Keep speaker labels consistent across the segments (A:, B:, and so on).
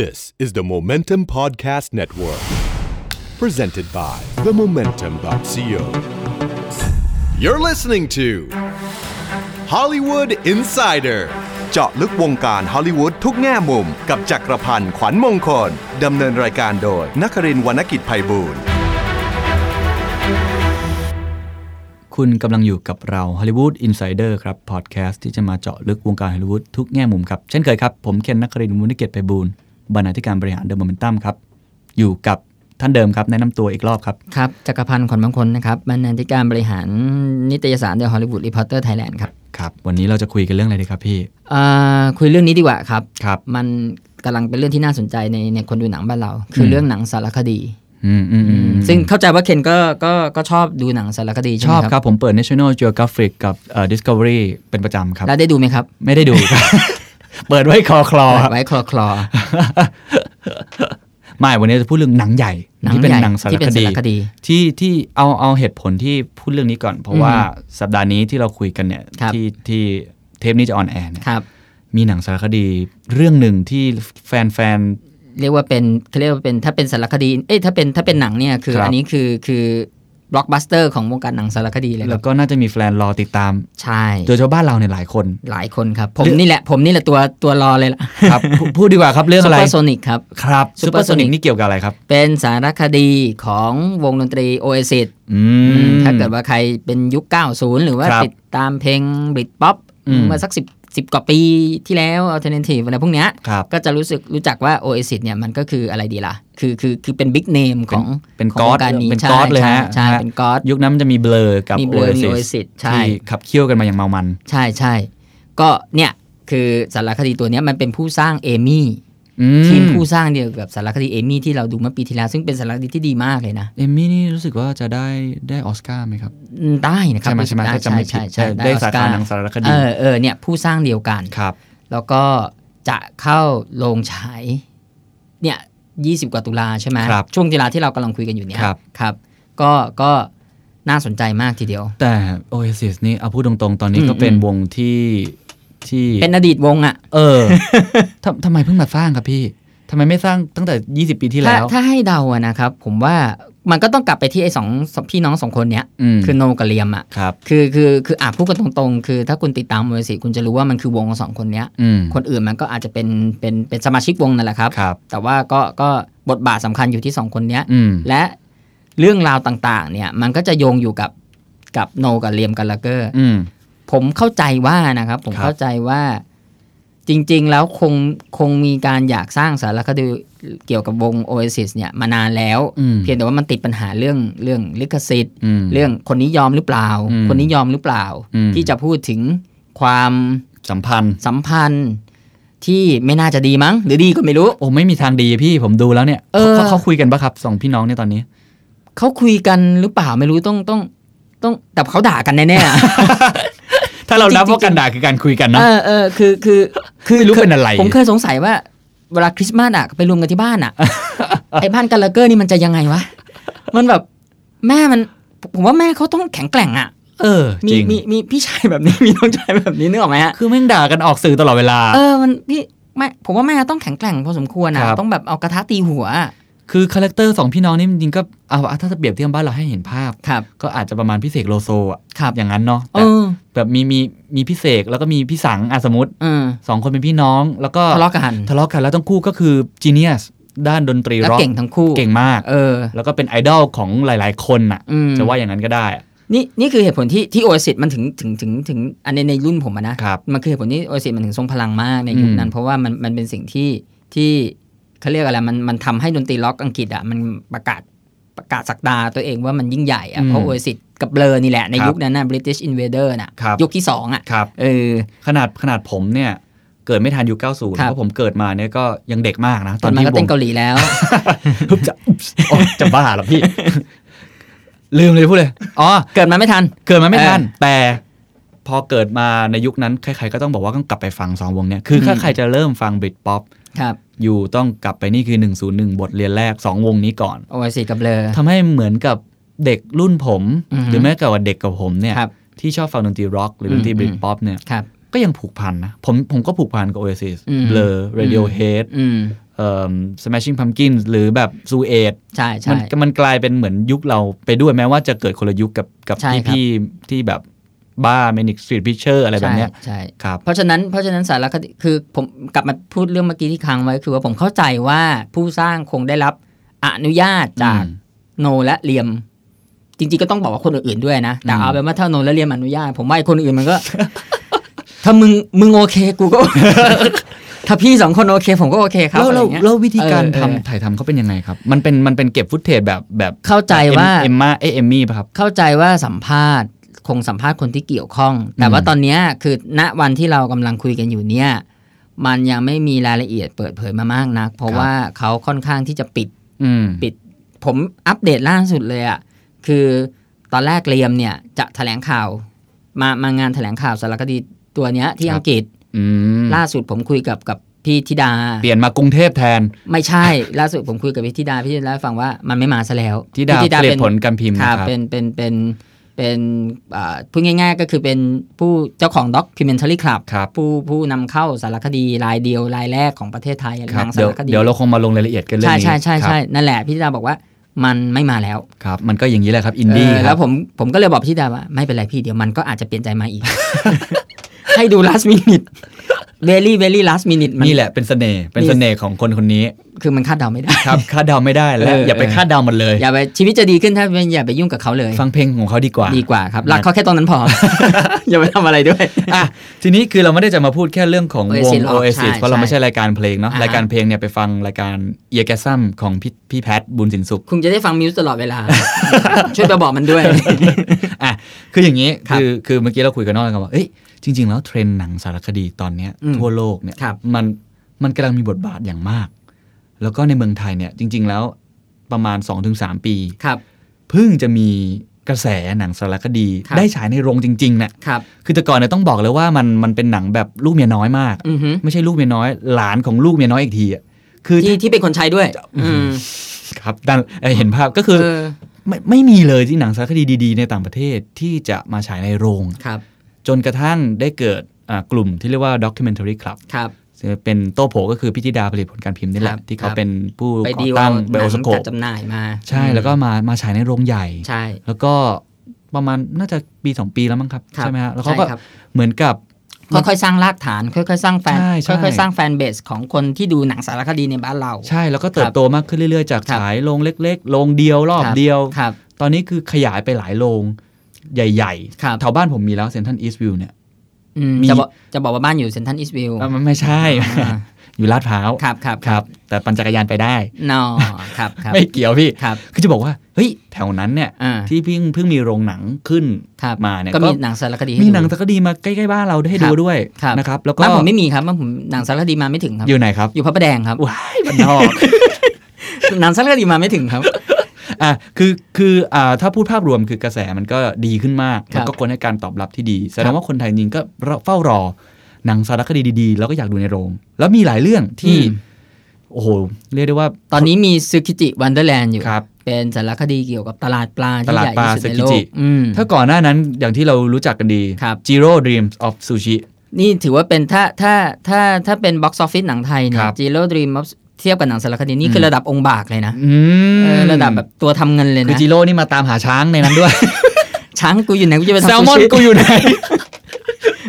A: This is the Momentum Podcast Network, presented by themomentum.co. You're listening to Hollywood Insider เจาะลึกวงการฮอลลีวูดทุกแง่มุม กับจักรพันธ์ขวัญมงคล ดำเนินรายการโดยนักรินทร์วรรณกิจไพบูลย์
B: คุณกำลังอยู่กับเรา Hollywood Insider ครับ พอดแคสต์ที่จะมาเจาะลึกวงการฮอลลีวูดทุกแง่มุมครับ เช่นเคยครับ ผมเคนนักครินทร์มุนิเกยรตไปบูลย์บรรณาธิการบริหารเดอะโมเมนตัมครับ อยู่กับท่านเดิมครับแนะนำตัวอีกรอบครับ
C: ครับจักรพันธ์ขวัญบางคนนะครับบรรณาธิการบริหารนิตยสาร The Hollywood Reporter Thailand ครับ
B: ครับ วันนี้เราจะคุยกันเรื่องอะไรดีครับพี่
C: เอ่อคุยเรื่องนี้ดีกว่าครับ
B: ครับ
C: มันกำลังเป็นเรื่องที่น่าสนใจในในคนดูหนังบ้านเรา คือเรื่องหนังสารคดี
B: อืมอืมอืม
C: ซึ่งเข้าใจว่าเคนก็ก็ก็ชอบดูหนังสารคดีใไห
B: ช
C: ม
B: อบครับ ผมเปิด National Geographic กับเอ่อ Discovery เป็นประจำครับ
C: แล้วได้ดูไหมครับ
B: ไม่ได้ดูครับ เปิดไว้คอคลอครับ
C: ไว้คลอคลอ
B: ไม่วันนี้จะพูดเรื่องหนังใหญ่
C: หนัง
B: ที่เป็น
C: ใหญ่
B: หนังสาร
C: ที่เป็นสาร
B: ค
C: คดี
B: ดี ที่ที่เอาเอาเหตุผลที่พูดเรื่องนี้ก่อน เพราะว่าสัปดาห์นี้ที่เราคุยกันเนี่ย
C: ครับ
B: ที่ที่เทปนี้จะออนแอร์เนี่ย
C: ครับ
B: มีหนังสารคดีเรื่องหนึ่งที่แฟนแฟน
C: เรียกว่าเป็นเขาเรียกว่าเป็นถ้าเป็นสารคดีเอ้ยถ้าเป็นถ้าเป็นหนังเนี่ยคือ
B: ครับ
C: อันนี้คือคือบล็อกบัสเตอร์ของวงการหนังสารคดีเลย
B: ๆ
C: ค
B: แล้ว
C: รับ
B: ก็น่าจะมีแฟนรอติดตาม
C: ใช่
B: โดยเฉพาะบ้านเราเนี่ยหลายคน
C: หลายคนครับ ผม
B: เรื่อง
C: นี่แหละผมนี่แหละตัวตัวรอเลยล่ะ
B: ครับพูพูดดีกว่าครับเรื่องอะไร
C: ซูเปอร์โซนิกครับ
B: ครับซูเปอร์โซนิ
C: Supersonic
B: กนี่เกี่ยวกับอะไรครับ
C: เป็นสารคดีของวงดนตรีโอเอซิส
B: อืม
C: ถ้าเกิดว่าใครเป็นยุค 90 หรือว่า
B: ครับ
C: ติดตามเพลงบลิดป๊อป
B: อืม
C: เมื่อสัก 10 10 กว่าปีที่แล้วอัลเทอร์เนทีฟอะไรพวกเนี้ย
B: ครับ
C: ก็จะรู้สึกรู้จักว่าโอเอซิสเนี่ยมันก็คืออะไรดีล่ะ คือคือคือเป็นบิ๊กเนมของ
B: เป็น
C: ของ
B: ก๊อต
C: วงการนี้
B: เป็น
C: ใช่
B: ก๊อตเลยฮะ
C: ใช่
B: ฮะ
C: เป็นก๊อต
B: ยุคนั้นมันจะมีเบลอกับ
C: มีเบลมีโอเอซิสใช่
B: ที่ขับเคี่ยวกันมาอย่างเมามัน
C: ใช่ใช่ก็เนี่ยคือสารคดีตัวเนี้ยมันเป็นผู้สร้างเอมี่
B: อืม
C: ทีมผู้สร้างเดียวกับสารคดีเอมี่ที่เราดูเมื่อปีที่แล้ว ซึ่งเป็นสารคดีที่ดีมากเลยนะ
B: เอมมี่นี่รู้สึกว่าจะได้ได้ออสการ์ไหมครับ
C: อืมได้นะครับ
B: ใช่ไหมใช่ไหม
C: ด้
B: ถ้าจำไม่ผิด
C: ใช่ใช่
B: ได้สาขา
C: ออ
B: หนังสารคดี
C: เออเออเนี่ยผู้สร้างเดียวกัน
B: ครับ
C: แล้วก็จะเข้าโรงฉายเนี่ยยี่สิบกว่าตุลาใช่ไหม
B: ครับ
C: ช่วงเวลาที่เรากำลังคุยกันอยู่เนี่ย
B: ครับ
C: ครับ ก็ก็น่าสนใจมากทีเดียว
B: แต่ Oasis นี่เอาพูดตรงๆ ตอนนี้
C: อืม
B: ก็เป็นวงที่ที่
C: เป็นอดีตวงอ่ะ
B: เออ ทำทำไมเพิ่งมาสร้างครับพี่ทำไมไม่สร้างตั้งแต่ 20 ปีที่
C: ถ้า
B: แล้ว
C: ถ้าให้เดาอะนะครับ ผมว่ามันก็ต้องกลับไปที่ไอ้สองสองพี่น้องสองคนเนี้ย
B: ม
C: คือโนกับเลียมอ่ะ
B: ครับ
C: คือคือคืออ่ะพูดกันตรงๆ คือถ้าคุณติดตามโมเสิคุณจะรู้ว่ามันคือวงของสองคนเนี้ย
B: อืม
C: คนอื่นมันก็อาจจะเป็นเป็นเป็นสมาชิกวงนั่นแหละครับ
B: ครับ
C: แต่ว่าก็ก็บทบาทสำคัญอยู่ที่สองคนเนี้ย
B: อืม
C: และเรื่องราวต่างๆ เนี่ยมันก็จะโยงอยู่กับกับโนกับเลียมกันละเกอร์
B: อืม
C: ผมเข้าใจว่านะครับ ผม
B: ครับ
C: เข้าใจว่าจริงๆ แล้วคงคงมีการอยากสร้างสารคดีเกี่ยวกับวง Oasis เนี่ยมานานแล้ว
B: อืม
C: เพียงแต่ว่ามันติดปัญหาเรื่องเรื่องลิขสิทธิ์
B: อืม
C: เรื่องคนนี้ยอมหรือเปล่า
B: อืม
C: คนนี้ยอมหรือเปล่า
B: อืม
C: ที่จะพูดถึงความ
B: สัมพันธ์
C: สัมพันธ์ที่ไม่น่าจะดีมั้ง หรือดีก็ไม่รู้
B: โอ้ไม่มีทางดีพี่ผมดูแล้วเนี่ย
C: เออ
B: เขาเขาคุยกันปะครับสองพี่น้องเนี่ยตอนนี้
C: เขาคุยกันหรือเปล่าไม่รู้ต้องต้องต้องแต่เขาด่ากันแน่ ๆอะ
B: ถ้าเรานับ
C: จริงๆ
B: ว่าการด่าคือการคุยกันเนาะ
C: เออเออคือคือคือ
B: ไม่รู้เป็นอะไร
C: ผมเคยสงสัยว่าเวลาคริสต์มาสอะไปรวมกันที่ บ้านอะ ไอ้บ้านกันละเกอร์นี่มันจะยังไงวะ มันแบบแม่มันผมว่าแม่เขาต้องแข็งแกร่งอะ
B: เออ
C: มี
B: จริง
C: มีมีพี่ชายแบบนี้ มีน้องชายแบบนี้นึกออกไหมฮะ
B: คือแม่งด่ากันออกสื่อตลอดเวลา
C: เออ มันพี่แม่ผมว่าแม่ต้องแข็งแกร่งพอสมควรนะครับ ต้องแบบเอากระทะตีหัวอะ
B: คือคาแรคเตอร์สองพี่น้องนี่จริงๆก็เอาถ้าจะเปรียบเทียบบ้านเราให้เห็นภาพ
C: ครับ
B: ก็อาจจะประมาณพี่เสกโลโซอ่ะ
C: ครับ
B: อย่างนั้นเนาะ
C: เอ
B: แบบ
C: อ
B: แบบมีมีมีพี่เสกแล้วก็มีพี่สังอะสมมติ
C: เออ
B: สองคนเป็นพี่น้องแล้วก็
C: ทะเลาะกัน
B: ทะเลาะกันแล้วทั้งคู่ก็คือจีเนียสด้านดนตรี
C: แล้ว
B: ร็อก
C: เก่งทั้งคู่
B: เก่งมาก
C: เออ
B: แล้วก็เป็นไอดอลของหลาย ๆ คนอ่ะ
C: อืม
B: จะว่าอย่างนั้นก็ได้อะ
C: นี่นี่คือเหตุผลที่ที่โอเอซิมันถึงถึงถึงถึงอันในในรุ่นผมอะนะ
B: ครับ
C: มันคือเหตุผลที่โอเอซิมันถึงทรงพลังมากในยุคนั้
B: อื
C: น
B: ม
C: เพราะว่ามันมันเป็นสิ่งที่ที่เขาเรียกอะไรมันมันทำให้ดนตรีล็อกอังกฤษอ่ะมันประกาศประกาศสักดาตัวเองว่ามันยิ่งใหญ่อ่ะเพราะโอเอซิกับเบลอนี่แหละในยุคนั้นน่ะ British Invader น่ะ
B: ครับ
C: ยุคที่สองอ่ะ
B: ครับ
C: เออ
B: ขนาดขนาดผมเนี่ย เกิดไม่ทันยุค 90
C: ครับ
B: เพราะผมเกิดมาเนี่ยก็ยังเด็กมากนะ
C: ต
B: ต
C: อ
B: อนน
C: มัน
B: ที่
C: ก็
B: ว
C: เต้
B: ง
C: นเกาหลีแล้ว
B: ฮึบจะอุ๊บโอ๊ยจะบ้าเหรอ พี่ ลืมเลยพูดเลย อ๋อ
C: เกิดมาไม่ทัน
B: เกิดมาไม่ทัน
C: เออ
B: แต่พอเกิดมาในยุคนั้น ใครๆก็ต้องบอกว่าต้องกลับไปฟังสองวงเนี้ยคือถ้า
C: อืม
B: ใครจะเริ่มฟังบริดป๊อป
C: ครับ
B: อยู่ต้องกลับไปนี่คือ 101 บทเรียนแรก 2 วงนี้ก่อน
C: โอเอซิกับเบลอ
B: ทำให้เหมือนกับเด็กรุ่นผม
C: อือฮึ
B: หรือแม้กระทั่งเด็กกับผมเนี่ย
C: ครับ
B: ที่ชอบฟังดนตรีร็อกหรืออ
C: ม
B: ดนตรีบริด
C: อืม
B: ป๊อปเนี่ย
C: ครับ
B: ก็ยังผูกพันนะผมผมก็ผูกพันกับ Oasis
C: อืม
B: Blur Radiohead
C: อืม
B: เอ่อ Smashing Pumpkins หรือแบบซูเอด
C: ใช่
B: มั
C: ใช่
B: มันกลายเป็นเหมือนยุคเราไปด้วยแม้ว่าจะเกิดคนละยุคกับกับ
C: ใช่
B: พี่
C: ครับ
B: พี่ที่แบบบ้าเมนิกสตรีทพิเชอร์อะไรแบบเนี้ย
C: ใช่ใช่
B: ครับ
C: เพราะฉะนั้นเพราะฉะนั้นสารคดีคือผมกลับมาพูดเรื่องเมื่อกี้ที่ค้างไว้ คือว่าผมเข้าใจว่าผู้สร้างคงได้รับอนุญาตจาก
B: อืม
C: โนและเลียม จริงๆก็ต้องบอกว่าคนอื่นๆด้วยนะ แต่
B: อืม
C: เอาเป็นว่าถ้าโนและเลียมอนุญาต ผมว่าไอ้คนอื่นมันก็ ถ้ามึงมึงโอเค กูก็ ถ้าพี่สองคนโอเค ผมก็โอเคครับ
B: แล้ว
C: อะไร
B: แล้ว
C: อย่างเงี้ย
B: แล้ววิธีการ
C: เออเอ
B: ทำ
C: อ
B: ถ่ายทำเขาเป็นยังไงครับ มันเป็นมันเป็นเก็บฟุตเทจแบบแบบ
C: เข้าใจว่า
B: เอ็มมาเอยเอมมี่ป่ะครับ
C: เข้าใจว่าสัมภาษณ์คงสัมภาษณ์คนที่เกี่ยวข้อง แต่
B: อืม
C: ว่าตอนเนี้ยคือณวันที่เรากำลังคุยกันอยู่เนี่ย มันยังไม่มีรายละเอียดเปิดเผยมามากนัก เพราะว่าเขาค่อนข้างที่จะปิด
B: อืม
C: ปิด ผมอัปเดตล่าสุดเลยอะ่ะคือตอนแรกเรียมเนี่ยจะแถลงข่าว มามางานแถลงข่าวสารคดีตัวเนี้ยที่
B: ครับ
C: อังกฤษ
B: อืม
C: ล่าสุดผมคุยกับกับพี่ธิดา
B: เปลี่ยนมากรุงเทพแทน
C: ไม่ใช่ ล่าสุดผมคุยกับพี่ธิดาพี่ธิดาเล่าให้ฟังว่ามันไม่มาซะแล้ว
B: ที่ดาว
C: พี่
B: เปลี่ย
C: เป็น น
B: ผลการพิมพ์
C: ค
B: นะ
C: รับ
B: ครับ
C: เป็นเป็นเป็นเป็นอ่าพูดง่ายๆ ก็คือเป็นผู้เจ้าของด็อก u m e n t a r y Club
B: ครับ
C: ผู้ผู้นำเข้าสารคดีรายเดียวรายแรกของประเทศไทยห
B: ครับ
C: นังสา
B: เดี๋ยว
C: รคดี
B: เดี๋ยวเราคงมาลงรายละเอียดกันเรื่อ
C: ใช่
B: งนี้
C: ใช่ใช่
B: ครับ
C: ใช่นั่นแหละพี่ธิดาบอกว่ามันไม่มาแล้ว
B: ครับ มันก็อย่างนี้แหละครับอินดี้
C: เออ
B: ค
C: แล้
B: รับ
C: วผมผมก็เลยบอกพี่ธิดาว่า ไม่เป็นไรพี่เดี๋ยวมันก็อาจจะเปลี่ยนใจมา อีก ให้ดู last minute very very last minute มั
B: นี่แหละเป็นเสน่ห์เป็นเสน่ห์ของคนคนนี้
C: คือมันคาดเดาไม่ได้
B: ครับคาดเดาไม่ได้และ
C: เออ
B: อย่าไป
C: เออ
B: คาดเดามันเลย
C: อย่าไปชีวิตจะดีขึ้นถ้าอย่าไปยุ่งกับเขาเลย
B: ฟังเพลงของเขาดีกว่า
C: ดีกว่าครับรักเขาแค่ตร งนั้นพอ อย่าไปทำอะไรด้วย
B: อ่ะทีนี้คือเราไม่ได้จะมาพูดแค่เรื่องของวง
C: Oasis หรอก
B: Oasis
C: ใช่
B: เพราะเราไม่
C: ใช่
B: ใช่รายการเพลงเนาะ
C: อ่าฮะ
B: รายการเพลงเนี่ยไปฟังรายการเอียแกซัมของพี่พี่แพทบุญสินสุข
C: คุณจะได้ฟังมิวส์ตลอดเวลา ช่วยไปบอกมันด้วย
B: อ่ะคืออย่างนี้
C: ครับ
B: คือคือเมื่อกี้เราคุยกันนอกรายกันว่าเอ้ยจริง ๆ แล้วเทรนด์หนังสารคดีตอนเนี้ย
C: อืม
B: ทั่วโลกเนี่ย
C: ครับ
B: มันมันกำลังมีบทบาทอย่างมาก แล้วก็ในเมืองไทยเนี่ยจริง ๆ แล้วประมาณ 2-3 ปี
C: ครับ
B: เพิ่งจะมีกระแสหนังสารคดี
C: ครับ
B: ได้ฉายในโรงจริงๆเนี่ย
C: ครับ
B: คือแต่ก่อนเนี่ยต้องบอกเลยว่ามันมันเป็นหนังแบบลูกเมียน้อยมาก
C: อือฮึ
B: ไม่ใช่ลูกเมียน้อย หลานของลูกเมียน้อยอีกทีอ่ะคือ
C: ที่ที่เป็นคนใช้ด้วย อืม
B: ครับด้านเอ่อเห็นภาพก็คือ
C: เออ
B: ไม่ไม่มีเลยที่หนังสารคดีดีๆ ในต่างประเทศที่จะมาฉายในโรง
C: ครับ
B: จนกระทั่งได้เกิดอ่ากลุ่มที่เรียกว่า documentary club
C: ครับ
B: ซึ่งเป็นโต้โผก็คือพิธิดาผลิตผลการพิมพ์นี่แหละ
C: ครับ
B: ที่เขา
C: ครับ
B: เป็นผู้
C: ไป
B: ก่
C: ดี
B: อ
C: ว่า
B: ตั้ง
C: ห
B: ไบ
C: นั
B: โอส
C: ง
B: โค
C: จั
B: ป
C: ดจำหน่ายมา
B: ใช่แล้วก็มามาฉายในโรงใหญ่
C: ใช่
B: แล้วก็ประมาณน่าจะปี 2 ปีแล้วมั้งครับ
C: ครับ
B: ใช่ไหมฮะแล้วเขาก็
C: ใช่ครับ
B: เหมือนกับ
C: ค่อยๆสร้างรากฐาน ค่อยๆสร้างแฟน
B: ใช่ใช่
C: ค่อยๆสร้างแฟนเบสของคนที่ดูหนังสารคดีในบ้านเรา
B: ใช่แล้วก็เติ
C: ครับ
B: บโตมากขึ้นเรื่อยๆ จาก
C: ครับ
B: ฉายโรงเล็ก ๆ โรงเดียวรอบ
C: ครับ
B: เดียว
C: ครับ
B: ตอนนี้คือขยายไปหลายโรงใหญ่
C: ครับ
B: แถวบ้านผมมีแล้วเซนทันอีสต์วิวเนี่ย
C: อืม
B: มี
C: จะบอกจะบอกว่าบ้านอยู่เซนทันอิสวิล
B: มันไม่ใช่ อยู่ลาดพร้าว
C: ครับครับ
B: ครับ แต่ปั่นจักรยานไปได้
C: นอครับครับ
B: ไม่เกี่ยวพี่
C: ครับ
B: คือจะบอกว่า เฮ้ย แถวนั้นเนี่ย
C: อ่า
B: ที่เพิ่งเพิ่งมีโรงหนังขึ้น
C: ครับ
B: มาเนี่ย
C: ก็มีหนังสารคดีให้
B: มี
C: ดู
B: หนังสารคดีมาใกล้ๆบ้านเราได้ให้
C: ครั
B: ดู
C: บ
B: ด้วย
C: ครับ
B: นะครับ แล้วก็
C: บ้านผมไม่มีครับบ้านผมหนังสารคดีมาไม่ถึงครับ
B: อยู่ไหนครับ
C: อยู่พระประแดงครับ
B: ว้ายบันนอก
C: หนังสารคดีมาไม่ถึงครับ
B: อ่ะคือคืออ่าถ้าพูดภาพรวมคือกระแสมันก็ดีขึ้นมาก
C: ค
B: แล้
C: รับ
B: วก็คนให้การตอบรับที่ดีแสดงว่าคนไทยจริงก็เฝ้ารอหนังสารคดีดีๆ แล้วก็อยากดูในโรง แล้วมีหลายเรื่องที่
C: อืม
B: โอ้โห เรียกได้ว่า
C: ตอนนี้มีซึกิจิวันเดอร์แลนด์อยู่
B: ครับ
C: เป็นสารคดีเกี่ยวกับตลาดปลา
B: ต
C: ที่
B: ลาด
C: ใหญ่
B: ปลา
C: ที่สุดใน
B: ซึกิ
C: โล
B: จิ
C: กอืม
B: ถ้าก่อนหน้านั้นอย่างที่เรารู้จักกันดี
C: ครับ
B: Zero Dreams of Sushi
C: นี่ถือว่าเป็นถ้าถ้าถ้าถ้าเป็นบ็อกซ์ออฟฟิศหนังไทยเนี่
B: ค
C: ย
B: รับ
C: จีโร่ดรีมเทียบกับหนังสารคดีนี่
B: อืม
C: คือระดับองค์บากเลยนะ
B: อืม
C: เออระดับแบบตัวทำเงินเลย
B: คือ
C: นะ
B: จิโร่นี่มาตามหาช้างในนั้นด้วย
C: ช้างกูอยู่ไหนกูจะ ไปทำ
B: แซลมอน
C: ซูชิ
B: กูอยู่ไหน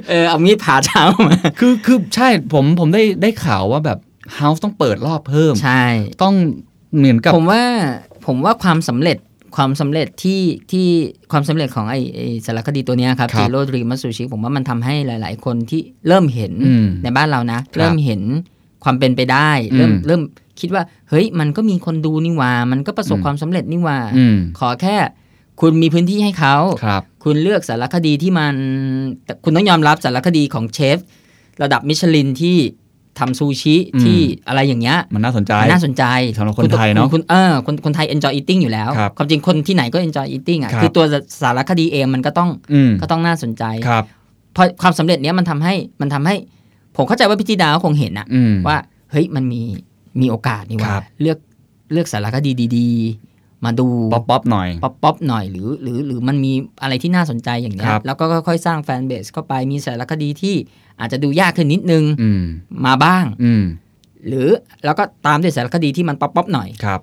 C: เออเอามีดผ่าช้างออกมา
B: คือคือใช่ผมผมได้ได้ข่าวว่าแบบเฮาส์ต้องเปิดรอบเพิ่ม
C: ใช่
B: ต้องเหมือนกับ
C: ผมว่าผมว่าความสำเร็จความสำเร็จที่ที่ความสำเร็จของไอไอ้สารคดีตัวเนี้ยครับ
B: ครับ
C: จีโร่ดรีมัสซูชิผมว่ามันทำให้หลาย ๆ คนที่เริ่มเห็น
B: อืม
C: ในบ้านเรานะ เริ่มเห็นความเป็นไปได้
B: อืม
C: เริ่มเริ่มคิดว่า เฮ้ยมันก็มีคนดูนี่หว่า มันก็ประสบ
B: อืม
C: ความสำเร็จนี่หว่า
B: อืม
C: ขอแค่คุณมีพื้นที่ให้เขา
B: ครับ
C: คุณเลือกสารคดีที่มันแต่คุณต้องยอมรับสารคดีของเชฟ ระดับมิชลินที่ทำซูชิ
B: อืม
C: ที่อะไรอย่างเงี้ย
B: มันน่าสนใจ
C: น่าสนใจ
B: สำหรับคนไทยเนอะ
C: คุณเออคนคนไทย enjoy eating อยู่แล้ว
B: ครับ
C: ความจริงคนที่ไหนก็ enjoy eating อ่ะ
B: ครับ
C: คือตัวสารคดีเองมันก็ต้อง
B: อืม
C: ก็ต้องน่าสนใจ
B: ครับ
C: เพราะความสำเร็จเนี้ยมันทำให้มันทำให้ ผมเข้าใจว่าพิจิดาก็คงเห็นอะ
B: อืม
C: ว่าเฮ้ยมันมีมีโอกาสนี่
B: ค
C: ว่า
B: รับ
C: เลือกเลือกสารคดีดีๆ มาดู
B: ป๊อปป๊อปหน่อย
C: ป๊อปป๊อปหน่อยหรือหรือหรือมันมีอะไรที่น่าสนใจอย่างเงี้
B: ค
C: ย
B: รับ
C: แล้วก็ค่อยๆสร้างแฟนเบสเข้าไปมีสารคดีที่อาจจะดูยากขึ้นนิดนึง
B: อืม
C: มาบ้าง
B: อืม
C: หรือแล้วก็ตามด้วยสารคดีที่มันป๊อปๆหน่อย
B: ครับ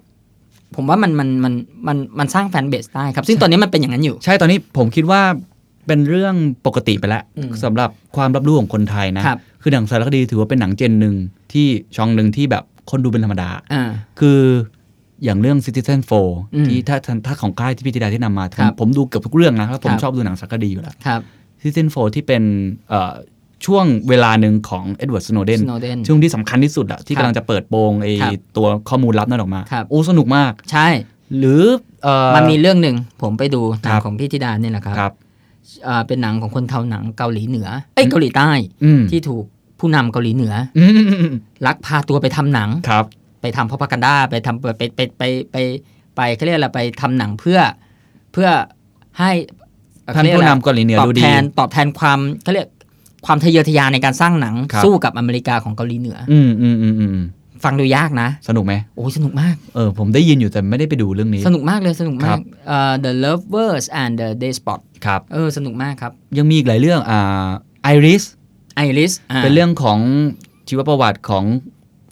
C: ผมว่ามันมันมันมันมันสร้างแฟนเบสได้ครับ ซึ่งตอนนี้มันเป็นอย่างนั้นอยู่
B: ใช่ตอนนี้ผมคิดว่าเป็นเรื่องปกติไปแล้ว
C: อืม
B: สำหรับความรับรู้ของคนไทยนะครับ อหนังสารคดีถือว่าเป็นหนังเจนหนึ่งที่ช่องหนึ่งที่แบบคนดูเป็นธรรมดา
C: อ่า
B: คืออย่างเรื่อง Citizen
C: อื
B: 4
C: ม
B: ที่ถ้าถ้าของค่ายที่พิจิดาที่นำมา
C: ครับ
B: ผมผมดูเกือบทุกเรื่องนะแล้วผม
C: ครับ
B: ชอบดูหนังสารคดีอยู่แล้ว
C: ครับ
B: Citizen 4 ที่เป็นเอ่อช่วงเวลาหนึ่งของเอ็ดเวิร์ดสโนเดน
C: Snowden
B: ช่วงที่สำคัญที่สุดอะที่
C: ครับ
B: กำลังจะเปิดโปงไอ
C: ครับ
B: ตัวข้อมูลลับนั่นออกมา
C: ครับ
B: โอ้สนุกมาก
C: ใช่
B: หรือเอ่อ
C: มันมีเรื่องหนึ่งผมไปดูหนั
B: ค
C: ง
B: รับ
C: ของพี่ธิดาเนี่ยแหละครับ
B: ครับ
C: เอ่อเป็นหนังของคนเทาหนังเกาหลีเหนือเอ้ยเกาหลีใต้
B: อืม
C: ที่ถูกผู้นำเกาหลีเหนือ
B: อืมอืมอืม
C: ลักพาตัวไปทำหนัง
B: ครับ
C: ไปทำพ่อพักันด้าไปทำไปไปไปไปไปไปเขาเรียกอะไรไปทำหนังเพื่อเพื่อให้เอ่อ
B: ท่าน
C: เขเรีย
B: ผู้
C: อะไร
B: นำเกาหลีเหนือ
C: ตอบ
B: ดูดี
C: แทนตอบแทนความเขาเรียกความทะเยอทะยานในการสร้างหนัง
B: ครับ
C: สู้กับอเมริกาของเกาหลีเหนือ
B: อืมอืมอืมอืม
C: ฟังดูยากนะ
B: สนุกไหม
C: โอ้ยสนุกมาก
B: เออผมได้ยินอยู่แต่ไม่ได้ไปดูเรื่องนี้
C: สนุกมากเลยสนุก
B: ค
C: มา
B: รั
C: ก
B: บ
C: เอ่อ The Lovers and the Despot
B: ครับ
C: เออสนุกมากครับ
B: ยังมีอีกหลายเรื่องอ่าไอริส
C: ไอริส
B: เป็นเรื่องของชีวประวัติของ